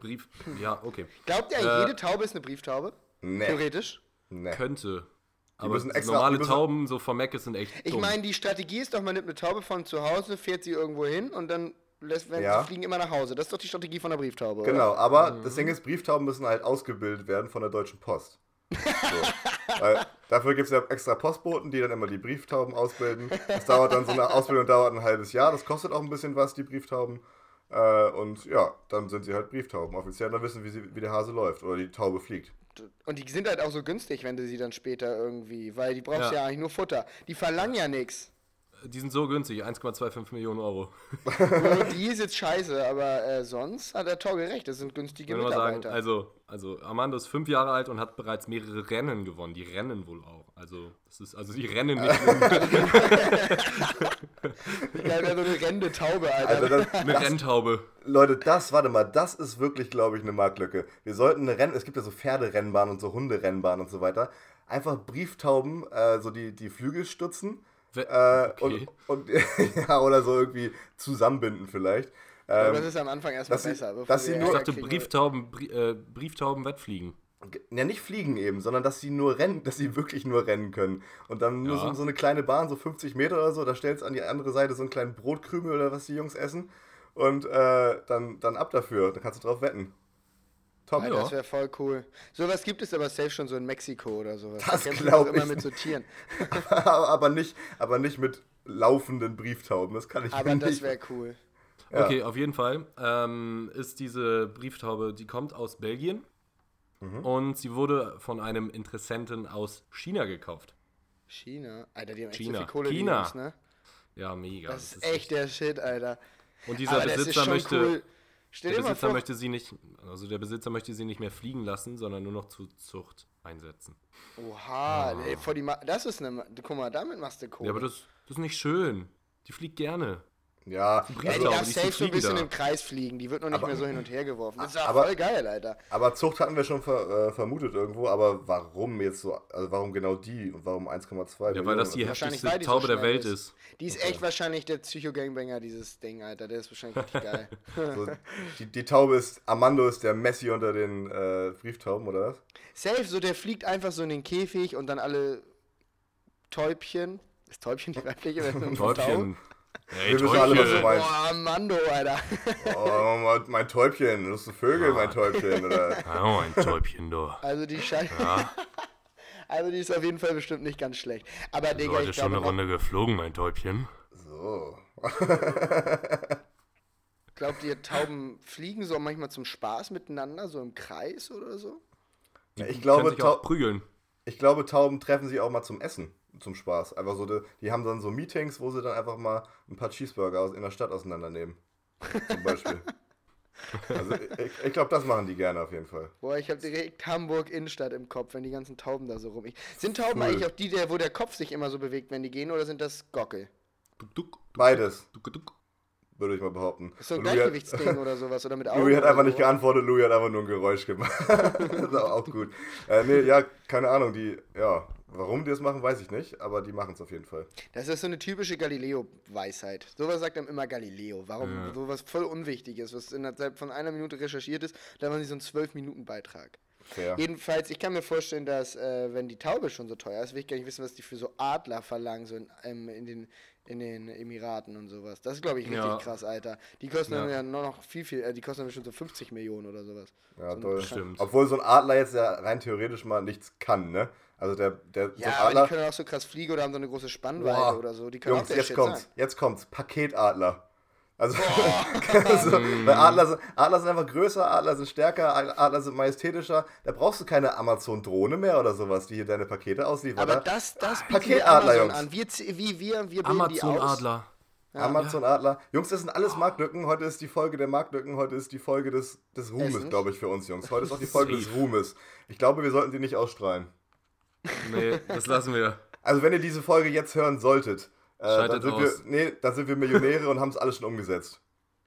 B: Brief, ja, okay.
C: Glaubt ihr eigentlich,
B: Äh,
C: jede Taube ist eine Brieftaube?
A: Nee.
C: Theoretisch?
A: nee.
B: Könnte. Aber
A: müssen extra-
B: normale
A: die müssen-
B: Tauben, so vom Meckes, sind echt
C: Ich
B: dumm.
C: meine, die Strategie ist doch, man nimmt eine Taube von zu Hause, fährt sie irgendwo hin und dann lässt, wenn
A: Ja.
C: sie fliegen immer nach Hause. Das ist doch die Strategie von der Brieftaube.
A: Genau, aber das Ding ist, Brieftauben müssen halt ausgebildet werden von der Deutschen Post. So. Weil dafür gibt es ja extra Postboten, die dann immer die Brieftauben ausbilden. Das dauert dann so eine Ausbildung dauert ein halbes Jahr, das kostet auch ein bisschen was, die Brieftauben. Äh, und ja, dann sind sie halt Brieftauben offiziell, dann wissen, wie, sie, wie der Hase läuft oder die Taube fliegt.
C: Oder? Und die sind halt auch so günstig, wenn du sie dann später irgendwie, weil die brauchst
B: Ja.
C: ja, eigentlich nur Futter. Die verlangen
A: [LAUGHS]
C: ja nichts.
B: Die sind so günstig, 1,25 Millionen Euro.
C: Die ist jetzt scheiße, aber äh, sonst hat der Taube recht, das sind günstige
B: Würde mal
C: Mitarbeiter.
B: sagen, also, also Armando ist fünf Jahre alt und hat bereits mehrere Rennen gewonnen. Die rennen wohl auch. Also, das ist, also die rennen nicht
A: [LAUGHS]
C: ich glaube, so eine rennende Taube,
A: [LAUGHS]
C: Alter.
A: Also das,
B: eine Renntaube.
A: Leute, das, warte mal, das ist wirklich, glaube ich, eine Marktlücke. Wir sollten eine Renn, es gibt ja so Pferderennbahnen und so Hunderennbahnen und so weiter. Einfach Brieftauben, äh, so die, die Flügel stutzen
B: We-
A: äh,
B: okay.
A: und, [LAUGHS] und ja, oder so irgendwie zusammenbinden vielleicht.
C: Aber
A: Ähm,
C: das ist am Anfang erstmal
A: dass sie-
C: besser. bevor
A: dass sie
C: wir
A: nur-
B: Ich
C: Ärger
B: dachte,
C: kriegen.
B: Brieftauben, Brie äh, Brieftauben wettfliegen.
A: g- ja, nicht fliegen eben, sondern dass sie nur rennen, dass sie wirklich nur rennen können. Und dann nur
B: Ja.
A: so, so eine kleine Bahn, so 50 Meter oder so, da stellst du an die andere Seite so einen kleinen Brotkrümel oder was die Jungs essen. und äh, dann, dann ab dafür. Dann kannst du drauf wetten. [LAUGHS] Top.
C: Alter, das wäre voll cool. Sowas gibt es aber safe schon so in Mexiko oder sowas.
A: Das
C: kämpfen
A: glaub
C: doch immer
A: ich
C: mit so Tieren.
A: aber, aber, nicht, aber nicht mit laufenden Brieftauben. Das kann ich
C: Aber
A: mir
C: das
A: nicht.
C: wäre cool.
A: Ja.
B: Okay, auf jeden Fall ähm, ist diese Brieftaube, die kommt aus Belgien
C: Mhm.
B: und sie wurde von einem Interessenten aus China gekauft.
C: China. Alter, die haben echt
B: China.
C: so viel Kohle, die
B: China.
C: Jungs, ne?
B: Ja, mega.
C: Das ist echt der Shit, Alter.
B: Und dieser
C: aber das ist
B: Besitzer
C: schon
B: möchte,
C: cool. Stell
B: der
C: dir mal
B: Besitzer
C: vor,
B: möchte sie nicht, also der Besitzer möchte sie nicht mehr fliegen lassen, sondern nur noch zur Zucht einsetzen.
C: oha, ey, vor die Ma das ist eine, Ma- guck mal, damit machst du Kohle.
B: Ah. Ja, aber das, das ist nicht schön. Die fliegt gerne.
A: Ja,
C: Ja, die
B: Also,
C: darf
B: die
C: safe so ein
B: fliegen
C: bisschen
B: da.
C: im Kreis fliegen. Die wird noch nicht
A: Aber-
C: mehr so hin und her geworfen. Das ist
A: aber-
C: aber, voll geil, Alter.
A: aber Zucht hatten wir schon ver, äh, vermutet irgendwo. Aber warum jetzt so? Also warum genau die und warum 1,2
B: Ja, weil
A: Millionen?
B: das die
C: Wahrscheinlich,
B: heftigste
C: weil die so
B: Taube der
C: schnell
B: Welt
C: ist.
B: ist.
C: Die ist echt wahrscheinlich der Psycho-Gangbanger, dieses Ding, Alter. Der ist wahrscheinlich
B: [LAUGHS]
C: richtig geil.
A: So, die, die Taube ist, Armando ist der Messi unter den äh, Brieftauben, oder was?
C: Safe, so der fliegt einfach so in den Käfig und dann alle Täubchen. Ist Täubchen die weibliche Version? von [LAUGHS] Tau?
B: Täubchen. Hey,
A: Wir wissen alle, was du
B: Täubchen.
A: meinst.
C: Boah, Mando, Alter.
A: Oh, mein, mein Täubchen, das ist ein Vögel,
C: Ah.
A: mein Täubchen, oder?
B: Oh, ein Täubchen,
C: [LAUGHS]
B: du.
C: Also die scheint. [LAUGHS] Also die ist auf jeden Fall bestimmt nicht ganz schlecht. Aber Digga, ich glaube, noch,
B: geflogen, mein Täubchen.
A: So.
C: glaubt ihr, Tauben fliegen so manchmal zum Spaß miteinander, so im Kreis oder so?
A: Ja, ich,
B: Glaube,
A: glaube,
B: sich auch
A: Tau
B: prügeln.
A: ich glaube, Tauben treffen sich auch mal zum Essen, zum Spaß. Einfach so, die, die haben dann so Meetings, wo sie dann einfach mal ein paar Cheeseburger aus, in der Stadt auseinandernehmen. Zum
C: [LAUGHS]
A: Beispiel. Also, ich, ich glaube, das machen die gerne auf jeden Fall.
C: Boah, ich habe direkt Hamburg Innenstadt im Kopf, wenn die ganzen Tauben da so rum. Sind Tauben eigentlich auch die, der, wo der Kopf sich immer so bewegt, wenn die gehen, oder sind das Gockel?
B: Duck, duck,
A: Beides,
B: duck, duck.
A: würde ich mal behaupten.
C: Ist so ein
A: Und Louis hat-
C: Gleichgewichtsding oder sowas oder mit Augen?
A: [LAUGHS] Louis hat
C: oder
A: einfach nicht
C: so.
A: geantwortet, Louis hat einfach nur ein Geräusch gemacht. [LAUGHS] das ist auch auch gut. Äh, nee, ja, keine Ahnung, die, ja, warum die das machen, weiß ich nicht, aber die machen es auf jeden Fall.
C: Das ist so eine typische Galileo-Weisheit. Sowas sagt einem immer Galileo. Warum? Sowas voll Unwichtiges, was innerhalb von einer Minute recherchiert ist, da war nicht so ein 12-Minuten-Beitrag.
A: Fair.
C: Jedenfalls, ich kann mir vorstellen, dass, äh, wenn die Taube schon so teuer ist, will ich gar nicht wissen, was die für so Adler verlangen, so in, ähm, in, den, in den Emiraten und sowas. Das ist, glaube ich, richtig
B: Ja.
C: krass, Alter. Die kosten
B: Ja.
C: dann ja nur noch viel, viel, äh, die kosten dann schon so 50 Millionen oder sowas.
A: Ja,
C: so
A: toll.
B: Stimmt.
A: Obwohl so ein Adler jetzt ja rein theoretisch mal nichts kann, ne? Also der, der so
C: Ja,
A: ein
C: aber die
A: Adler.
C: können auch so krass fliegen oder haben so eine große Spannweite
A: Boah.
C: oder so. Die können auch
A: Jungs,
C: der
A: jetzt
C: Shit
A: kommt's,
C: Sein.
A: jetzt kommt's. Paketadler. Also, [LAUGHS]
C: [LAUGHS]
A: also weil Adler, sind, Adler sind einfach größer, Adler sind stärker, Adler sind majestätischer. Da brauchst du keine Amazon-Drohne mehr oder sowas, die hier deine Pakete ausliefert.
C: Aber
A: ne?
C: das, das bieten wir
A: Paketadler,
C: Amazon
A: Jungs.
C: an. Wir, z- wie, wir, wir bilden die aus.
B: Amazon-Adler.
A: Amazon-Adler. Jungs, das sind alles
C: Oh.
A: Marktlücken. Heute ist die Folge der Marktlücken. Heute ist die Folge des, des Ruhmes,
C: Essens.
A: glaube ich, für uns, Jungs. Heute ist auch die Folge des
B: Safe.
A: Ruhmes. Ich glaube, wir sollten die nicht ausstrahlen.
B: Nee, das lassen wir.
A: Also, wenn ihr diese Folge jetzt hören solltet, äh, dann,
B: Schaltet
A: sind Wir,
B: aus.
A: nee, dann sind wir Millionäre und haben es alles schon umgesetzt.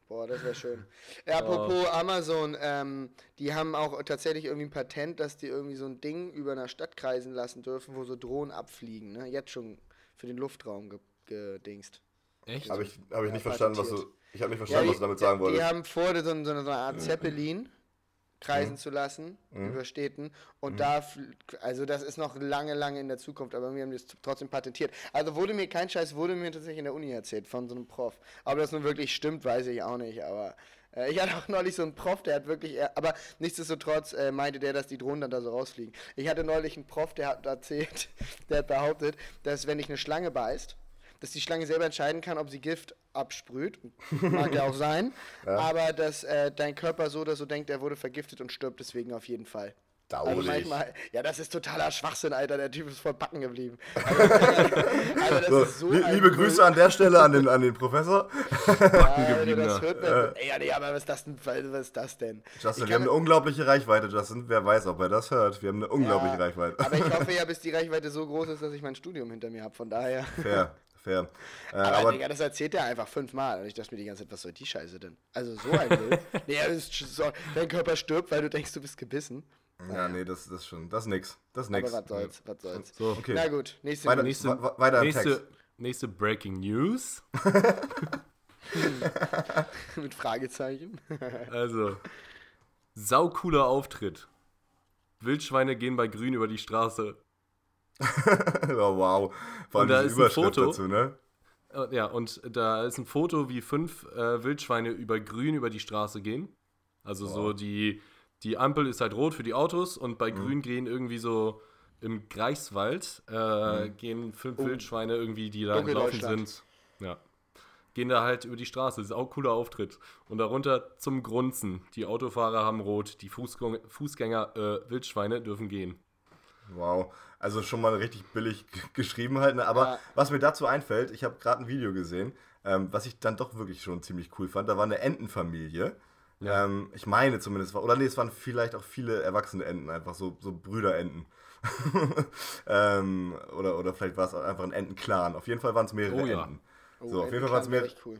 C: Boah, das wäre schön. Äh, apropos Amazon, ähm, die haben auch tatsächlich irgendwie ein Patent, dass die irgendwie so ein Ding über einer Stadt kreisen lassen dürfen, wo so Drohnen abfliegen. Ne? Jetzt schon für den Luftraum ge- gedingst.
B: Echt?
A: Habe ich, hab ich
C: Ja,
A: nicht verstanden, was du.
C: patentiert.
A: Ich habe nicht verstanden, was du damit sagen
C: die, die
A: wolltest. Mhm.
C: haben vor, so, so, so eine Art Zeppelin kreisen zu lassen über Städten.
A: Mhm.
C: Und da, fl- also das ist noch lange, lange in der Zukunft, aber wir haben das trotzdem patentiert. Also wurde mir, kein Scheiß, wurde mir tatsächlich in der Uni erzählt von so einem Prof. Ob das nun wirklich stimmt, weiß ich auch nicht, aber... äh, Ich hatte auch [LAUGHS] neulich so einen Prof, der hat wirklich, er- aber nichtsdestotrotz äh, meinte der, dass die Drohnen dann da so rausfliegen. Ich hatte neulich einen Prof, der hat erzählt, [LAUGHS] der hat behauptet, dass wenn dich eine Schlange beißt, dass die Schlange selber entscheiden kann, ob sie Gift absprüht. Mag ja
A: [LAUGHS]
C: auch sein. Aber dass äh, dein Körper so oder so denkt, er wurde vergiftet und stirbt deswegen auf jeden Fall. Also
A: Daulig.
C: manchmal, ja, das ist totaler Schwachsinn, Alter. Der Typ ist voll backen geblieben.
A: [LAUGHS]
C: Alter, das
A: So,
C: ist so
A: lie-
C: ein
A: liebe
C: Müll.
A: Grüße an der Stelle an den, an den Professor.
C: Alter, das
B: Backengebliebener.
C: hört man. Ey, ja, nee, aber was ist das denn? Was ist das denn?
A: Justin,
C: [LAUGHS] Ich
A: wir haben
C: kann-
A: eine unglaubliche Reichweite, Justin. Wer weiß, ob er das hört. Wir haben eine unglaubliche
C: Ja,
A: Reichweite.
C: Aber ich hoffe ja, bis die Reichweite so groß ist, dass ich mein Studium hinter mir habe. Von daher.
A: [LAUGHS] fair, fair. Äh,
C: Aber,
A: aber
C: Digga, das erzählt er einfach fünfmal. Und ich dachte mir die ganze Zeit, was soll die Scheiße denn? Also so
A: [LAUGHS]
C: ein Bild. nee, das ist sch- so, dein Körper stirbt, weil du denkst, du bist gebissen.
A: ja, nee, das das ist schon. Das ist nix. Das ist
C: Aber
A: nix. [LAUGHS]
C: was soll's, was soll's.
B: So,
A: Okay.
C: Na gut, nächste
A: Weiter-
C: Minute.
B: nächste,
A: wa- wa- weiter im
B: nächste,
A: Text.
B: nächste Breaking News.
C: mit Fragezeichen.
B: Also, saucooler Auftritt. Wildschweine gehen bei Grün über die Straße.
A: oh, wow. Vor allem
B: Und da
A: diese
B: ist ein
A: Überschrift
B: Foto.
A: dazu, ne?
B: Äh, ja, und da ist ein Foto, wie fünf äh, Wildschweine über grün über die Straße gehen. Also so die, die Ampel ist halt rot für die Autos und
C: Mhm.
B: bei grün gehen irgendwie so im Greifswald äh,
C: Mhm.
B: gehen fünf
C: Oh.
B: Wildschweine irgendwie, die da
C: Dunkel
B: gelaufen
C: Deutschland.
B: sind. Ja. Gehen da halt über die Straße. Das ist auch ein cooler Auftritt. Und darunter zum Grunzen. Die Autofahrer haben rot, die Fußgänger, Fußgänger äh, Wildschweine dürfen gehen.
A: Wow, also schon mal richtig billig g- geschrieben halt. Ne? Aber
C: Ja.
A: was mir dazu einfällt, ich habe gerade ein Video gesehen, ähm, was ich dann doch wirklich schon ziemlich cool fand. Da war eine Entenfamilie.
B: Ja.
A: Ähm, ich meine zumindest, war- oder nee, es waren vielleicht auch viele erwachsene Enten, einfach so, so Brüderenten. [LAUGHS] ähm, oder, oder vielleicht war es auch einfach ein Entenclan. Auf jeden Fall waren es mehrere
B: Oh ja.
A: Enten.
C: Oh,
A: so, auf jeden Fall
C: Enten
A: waren es
C: klang wär
A: mehr,
C: echt cool.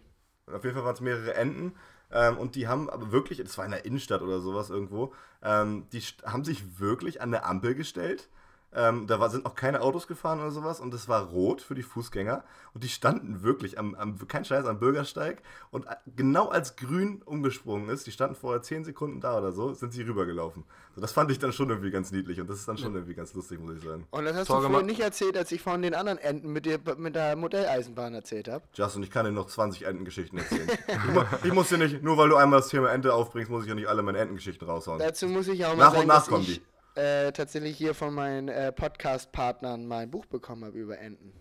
A: auf jeden Fall waren es mehrere Enten. Ähm, und die haben aber wirklich, das war in der Innenstadt oder sowas irgendwo, ähm, die st- haben sich wirklich an eine Ampel gestellt. Ähm, da war, sind auch keine Autos gefahren oder sowas und es war rot für die Fußgänger und die standen wirklich am, am kein Scheiß, am Bürgersteig und a- genau als grün umgesprungen ist, die standen vorher 10 Sekunden da oder so, sind sie rübergelaufen. So, das fand ich dann schon irgendwie ganz niedlich und das ist dann schon irgendwie ganz lustig, muss ich sagen.
C: Und das hast
B: Torge
C: du
B: Ma-
C: vorhin nicht erzählt, als ich von den anderen Enten mit, dir, mit der Modelleisenbahn erzählt habe.
A: Justin, ich kann dir noch 20 Entengeschichten erzählen. ich, mu- ich muss dir nicht, nur weil du einmal das Thema Ente aufbringst, muss ich ja nicht alle meine Entengeschichten raushauen.
C: Dazu muss ich auch mal
A: Nach und
C: sagen,
A: nach
C: dass
A: kommen
C: ich äh, tatsächlich hier von meinen äh, Podcast-Partnern mein Buch bekommen habe über
A: [LAUGHS]
C: Enten.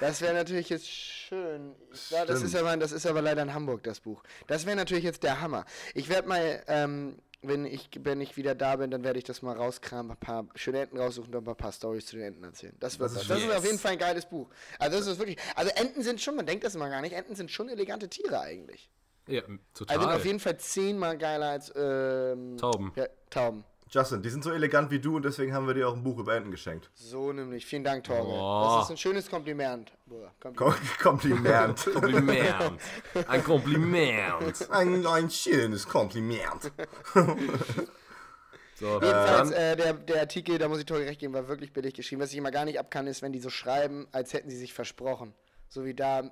C: Das wäre natürlich jetzt schön. Ich- Ja, das, ist
A: Stimmt.
C: aber, das ist aber leider in Hamburg, das Buch. Das wäre natürlich jetzt der Hammer. Ich werde mal, ähm, wenn, ich, wenn ich wieder da bin, dann werde ich das mal rauskramen, ein paar schöne Enten raussuchen und ein paar, paar Stories zu den Enten erzählen. Das, wird
A: Das
C: das.
A: ist
C: das ist
B: yes.
C: auf jeden Fall ein geiles Buch. Also das ist wirklich, also Enten sind schon, man denkt das immer gar nicht, Enten sind schon elegante Tiere eigentlich.
B: Ja,
C: Also sind
B: total.
C: auf jeden Fall zehnmal geiler als ähm,
B: Tauben.
C: Ja, Tauben.
A: Justin, die sind so elegant wie du und deswegen haben wir dir auch ein Buch über Enten geschenkt.
C: So nämlich. Vielen Dank, Torge.
B: Boah.
C: Das ist ein schönes Kompliment. Boah, Kompliment.
A: Kom- Kompliment.
B: Kompliment. Ein Kompliment.
A: ein, ein schönes Kompliment.
B: So,
C: Jedenfalls,
B: dann,
C: äh, der, der Artikel, da muss ich Torge recht geben, war wirklich billig geschrieben. Was ich immer gar nicht abkann, ist, wenn die so schreiben, als hätten sie sich versprochen. So wie da äh,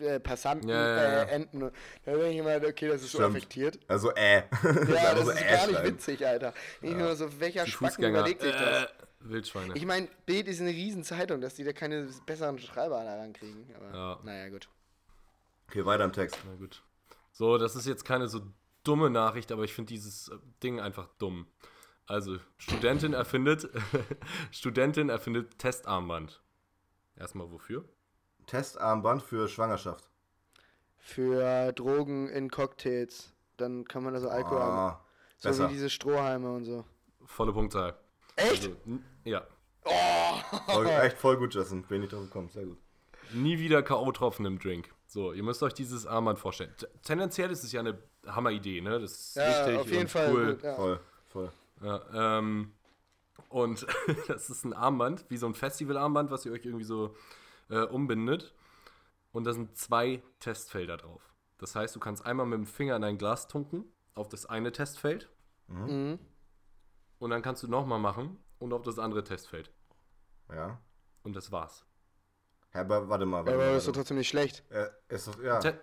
C: äh, Passanten,
B: Ja, ja, ja.
C: Äh, Enten. und- Da denke ich immer, okay, das ist so
A: Stimmt. [LAUGHS]
C: affektiert.
A: Also äh.
C: Ja,
A: Einfach
C: das
A: so
C: ist
A: äh
C: gar nicht
A: schreiben.
C: witzig, Alter. Ich nur so, welcher
B: die
C: Spacken
B: Fußgänger.
C: überlegt sich das?
B: Äh, Wildschweine.
C: Ich meine, Bild ist eine Riesenzeitung, dass die da keine besseren Schreiber da rankriegen. Aber
B: Ja.
C: naja, gut.
A: Okay, weiter im Text.
B: Na gut. So, das ist jetzt keine so dumme Nachricht, aber ich finde dieses äh, Ding einfach dumm. Also, Studentin erfindet, [LAUGHS] Studentin erfindet Testarmband. Erstmal wofür?
A: Testarmband für Schwangerschaft.
C: Für Drogen in Cocktails. Dann kann man da so Alkohol haben.
A: Ah,
C: So
A: besser.
C: wie diese Strohhalme und so.
B: Volle Punktzahl.
C: Echt?
B: Also, n- ja.
A: Ah, voll, echt voll gut, Justin. Bin ich drauf gekommen. Sehr gut.
B: Nie wieder K.O.-Tropfen im Drink. So, ihr müsst euch dieses Armband vorstellen. T tendenziell ist es ja eine Hammeridee, ne? Das ist
C: ja,
B: wichtig
C: auf jeden
B: und
C: Fall.
B: cool.
C: Gut, ja.
A: Voll, voll.
B: Ja, ähm, und [LAUGHS] das ist ein Armband, wie so ein Festivalarmband, was ihr euch irgendwie so äh, umbindet. Und da sind zwei Testfelder drauf. Das heißt, du kannst einmal mit dem Finger in ein Glas tunken, auf das eine Testfeld.
C: Mhm.
B: Und dann kannst du nochmal machen und auf das andere Testfeld.
A: Ja.
B: Und das war's.
A: Hä, Aber warte mal, warte
C: Aber
A: mal. Warte
C: ist doch
A: mal.
C: trotzdem nicht schlecht.
A: Äh, ist, doch, ja,
B: Te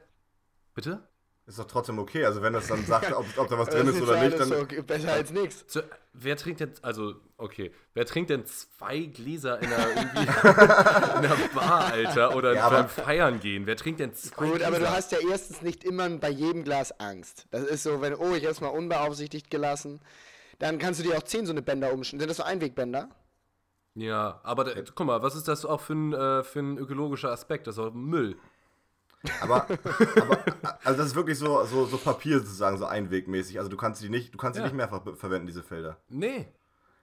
B: Bitte?
A: ist doch trotzdem okay. Also wenn das
C: [LAUGHS]
A: dann sagt, ob, ob da was drin
C: Das
A: ist
C: jetzt
A: oder nicht,
C: alles
A: dann.
C: so ge- besser als nichts.
B: Zu, wer trinkt denn, also, okay, wer trinkt denn zwei Gläser in einer,
C: [LAUGHS]
B: irgendwie, in einer Bar, Alter, oder
A: Ja, aber-
B: beim Feiern gehen? Wer trinkt denn zwei
C: Gut,
B: Gläser?
C: aber du hast ja erstens nicht immer bei jedem Glas Angst. Das ist so, wenn, oh, ich hab's mal unbeaufsichtigt gelassen. Dann kannst du dir auch zehn so eine Bänder umschneiden. Sind das so Einwegbänder?
B: Ja, aber da, guck mal, was ist das auch für ein, äh, für ein ökologischer Aspekt? Das ist auch Müll.
C: [LAUGHS]
A: Aber, aber also das ist wirklich so, so, so Papier sozusagen, so einwegmäßig. Also du kannst die nicht, du kannst die
B: Ja.
A: nicht mehr ver verwenden, diese Felder.
B: Nee.
C: [LAUGHS]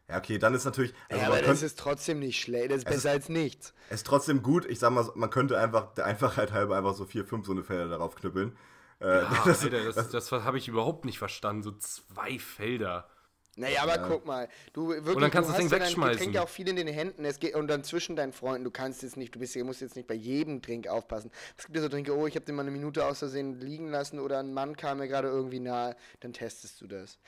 A: Ja, okay, dann ist natürlich. Also
C: ja,
A: man
C: aber das
A: könnte,
C: ist trotzdem nicht schlecht. Das ist besser als nichts.
A: es ist trotzdem gut. Ich sag mal, so, man könnte einfach der Einfachheit halber einfach so vier, fünf so eine Felder darauf knüppeln. Äh,
B: Ah,
A: das,
B: Alter, das, das, habe ich überhaupt nicht verstanden. So zwei Felder.
C: Naja, aber guck mal, du wirklich,
B: Und dann kannst
C: du
B: du das Ding
C: ja dein
B: wegschmeißen.
C: Getränk ja auch viel in den Händen, es geht und dann zwischen deinen Freunden, du kannst jetzt nicht, du bist, du musst jetzt nicht bei jedem Drink aufpassen. Es gibt ja so Trinke, oh, ich habe den mal eine Minute aus Versehen liegen lassen oder ein Mann kam mir gerade irgendwie nahe, dann testest du das.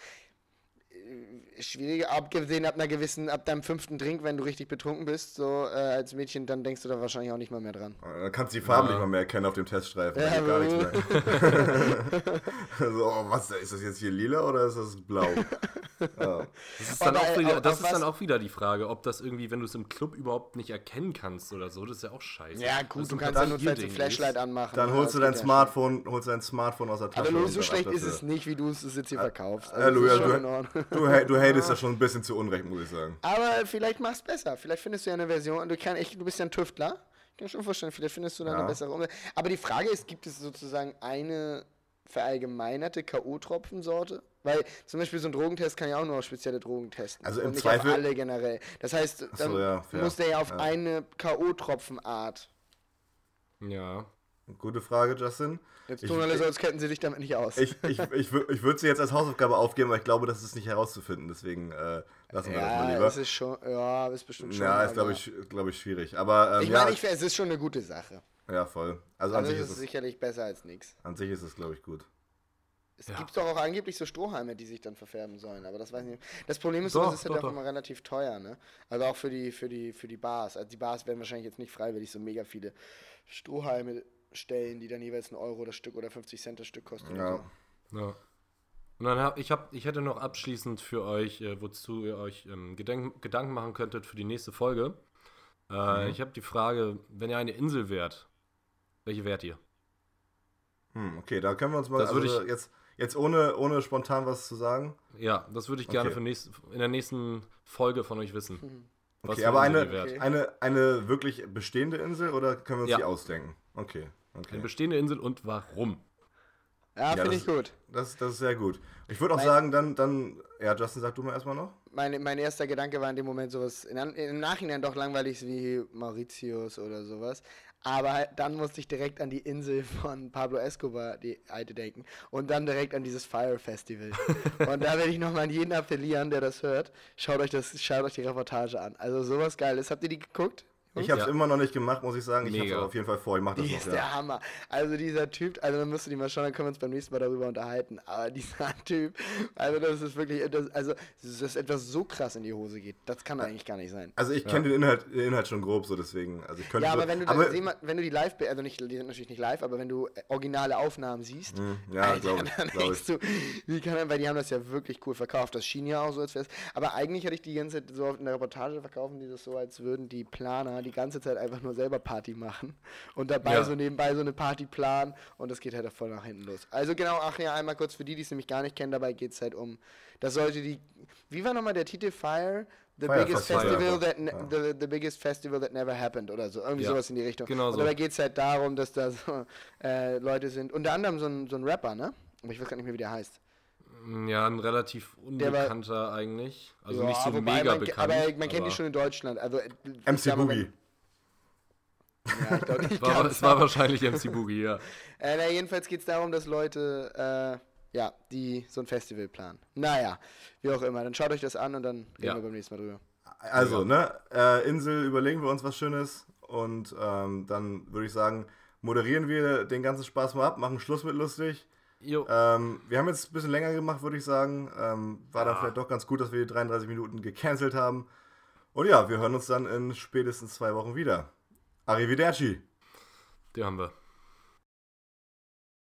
C: Äh, Schwierig, abgesehen ab einer gewissen, ab deinem fünften Drink, wenn du richtig betrunken bist, so äh, als Mädchen, dann denkst du da wahrscheinlich auch nicht mal mehr dran.
A: dann kannst du die Farben
B: Ja.
A: nicht mal mehr erkennen auf dem Teststreifen.
C: Ja,
A: Ja, gar [LAUGHS]
C: aber- [LAUGHS]
A: nichts mehr. so, oh, was ist das jetzt hier lila oder ist das blau? Ja.
B: Das ist, dann
C: Aber,
B: auch,
C: äh,
B: wieder,
C: auf-
B: das
C: auf
B: ist dann
C: was-
B: auch wieder die Frage, ob das irgendwie, wenn du es im Club überhaupt nicht erkennen kannst oder so, das ist ja auch scheiße.
C: Ja, gut,
B: Also, Das ist
C: du
B: ein
C: kannst ja nur
B: Papierdienst.
C: ein Flashlight anmachen.
A: Dann
C: Ja,
A: holst du
C: das
A: dein
C: geht ja
A: Smartphone, holst dein Smartphone aus der
C: schon.
A: Tasche.
C: Aber Louis,
A: und
C: so
A: dann
C: schlecht
A: ab
C: ist
A: dafür.
C: es nicht, wie du es es jetzt hier verkaufst.
A: Ja,
C: Also,
A: Louis,
C: das
A: ja,
C: ist schon in
A: du, [LAUGHS]
C: Ordnung.
A: du, ha- du
C: [LAUGHS]
A: hatest ja schon ein bisschen zu Unrecht, muss ich sagen.
C: Aber vielleicht machst du besser. Vielleicht findest du ja eine Version. Du, kann echt, du bist ja ein Tüftler. Ich kann mir schon vorstellen, vielleicht findest du da eine
A: Ja.
C: bessere Umsetzung. Aber die Frage ist, gibt es sozusagen eine verallgemeinerte K.O.-Tropfensorte? Weil zum Beispiel so ein Drogentest kann ja auch nur auf spezielle Drogen testen.
A: Also im
C: und nicht
A: Zweifel-
C: auf alle generell. Das heißt,
A: Ach
C: dann
A: so, ja, fair.
C: muss der ja auf
A: Ja.
C: eine K.O.-Tropfenart.
B: Ja.
A: Gute Frage, Justin.
C: Jetzt
A: Ich-
C: tun alle so, als könnten sie dich damit nicht aus.
A: Ich, ich, ich, wür- ich würde sie jetzt als Hausaufgabe aufgeben, aber ich glaube, das ist nicht herauszufinden. Deswegen äh, lassen wir das mal
C: ja,
A: lieber.
C: das ist schon, ja, ist bestimmt schon.
A: ja, ist,
C: aber-
A: glaube ich, glaub ich, schwierig. Aber ähm,
C: Ich
A: ja,
C: meine, ich, es ist schon eine gute Sache.
A: ja, voll. Also an
C: Also
A: sich
C: es
A: ist
C: ist
A: es,
C: sicherlich besser als nichts.
A: an sich ist es, glaube ich, gut.
C: Es
B: Ja.
C: gibt doch auch angeblich so Strohhalme, die sich dann verfärben sollen, aber das weiß ich nicht. Das Problem ist,
B: Doch,
C: das ist halt
B: doch,
C: auch
B: doch.
C: immer relativ teuer, ne? Also auch für die, für die, für die Bars. Also die Bars werden wahrscheinlich jetzt nicht freiwillig so mega viele Strohhalme stellen, die dann jeweils einen Euro das Stück oder 50 Cent das Stück kosten.
A: Ja.
C: Und
B: Ja. Und dann hab, ich hab, ich hätte noch abschließend für euch, äh, wozu ihr euch ähm, Gedenk, Gedanken machen könntet für die nächste Folge. Äh,
C: Mhm.
B: Ich habe die Frage, wenn ihr eine Insel wärt, welche wärt ihr?
A: Hm, okay, da können wir uns mal.
B: Das würd
A: also
B: ich-
A: jetzt jetzt ohne, ohne spontan was zu sagen.
B: Ja, das würde ich gerne
A: Okay.
B: für nächst, in der nächsten Folge von euch wissen.
C: Mhm.
B: Was
A: Okay,
B: für
A: aber
B: Insel ihr
A: eine,
B: wärt.
C: Okay.
A: eine, eine wirklich bestehende Insel oder können wir uns
B: Ja.
A: die ausdenken? Okay,
B: Eine
A: okay.
B: bestehende Insel und warum?
C: so. Ja,
A: Ja,
C: finde
A: das-
C: ich gut.
A: Das, das ist sehr gut. Ich würde auch
C: Weil-
A: sagen, dann, dann. Ja, Justin, sag du mal erstmal noch.
C: Meine, mein erster Gedanke war in dem Moment sowas, in, an- im Nachhinein doch langweilig wie Mauritius oder sowas. Aber halt, dann musste ich direkt an die Insel von Pablo Escobar, die alte, denken. Und dann direkt an dieses Fire Festival. und da werde ich nochmal an jeden appellieren, der das hört. Schaut euch, das, schaut euch die Reportage an. Also sowas Geiles. Habt ihr die geguckt?
A: Ich habe es
B: Ja.
A: immer noch nicht gemacht, muss ich sagen. Ich habe es
B: Mega.
A: aber auf jeden Fall vor. Ich mache das
C: Hm? Die
A: noch.
C: ist
A: Ja.
C: der Hammer. Also dieser Typ, also dann müsst ihr die mal schauen, dann können wir uns beim nächsten Mal darüber unterhalten. Aber dieser [LAUGHS] Typ, also das ist wirklich, das, also dass etwas so krass in die Hose geht, das kann eigentlich gar nicht sein.
A: Also ich kenne den, Inhalt, den Inhalt schon grob, so deswegen. Also ich könnte
C: Ja,
A: so,
C: aber wenn du, aber jemand, wenn du die live, be- also nicht, die sind natürlich nicht live, aber wenn du äh, originale Aufnahmen siehst,
A: Mhm. Hm, ja,
C: [LAUGHS]
A: glaube ich,
C: dann
A: glaube
C: denkst
A: ich.
C: du, wie kann er, weil die haben das ja wirklich cool verkauft. Das schien ja auch so, als wäre es. Aber eigentlich hätte ich die ganze Zeit so auf- in der Reportage verkaufen, die das so, als würden die Planer die ganze Zeit einfach nur selber Party machen und dabei
B: Ja.
C: so nebenbei so eine Party planen und das geht halt voll nach hinten los. Also genau, ach ja, einmal kurz für die, die es nämlich gar nicht kennen, dabei geht es halt um, das sollte die, wie war nochmal der Titel? Fire? The
A: Fire
C: biggest
A: Festival.
C: festival that ne
A: Ja.
C: the, the biggest festival that never happened oder so. Irgendwie
B: Ja,
C: sowas in die Richtung.
B: genau
C: und
B: so.
C: dabei geht es halt darum, dass da so äh, Leute sind. Unter anderem so ein, so ein Rapper, ne? Aber ich weiß gar nicht mehr, wie der heißt.
B: Ja, ein relativ
C: Der war-
B: unbekannter eigentlich. Also
C: Ja,
B: nicht so
C: wobei
B: mega
C: man,
B: bekannt.
C: Aber man kennt die
B: aber-
C: schon in Deutschland. Also, äh, ich
A: MC
C: sag mal, wenn-
A: Boogie.
C: Ja,
B: [LAUGHS]
C: ich glaube nicht
B: War,
C: ganz.
B: es war wahrscheinlich
C: [LAUGHS]
B: MC Boogie, ja.
C: Äh, na, jedenfalls geht es darum, dass Leute, äh, ja, die so ein Festival planen. Naja, wie auch immer. Dann schaut euch das an und dann reden
B: Ja.
C: wir beim nächsten Mal drüber.
A: Also, ne, äh, Insel, überlegen wir uns was Schönes und ähm, dann würde ich sagen, moderieren wir den ganzen Spaß mal ab, machen Schluss mit lustig.
B: Jo.
A: Ähm, wir haben jetzt ein bisschen länger gemacht, würde ich sagen. Ähm, war dann
B: Ja.
A: vielleicht doch ganz gut, dass wir die 33 Minuten gecancelt haben. Und ja, wir hören uns dann in spätestens zwei Wochen wieder. Arrivederci.
B: Die haben wir.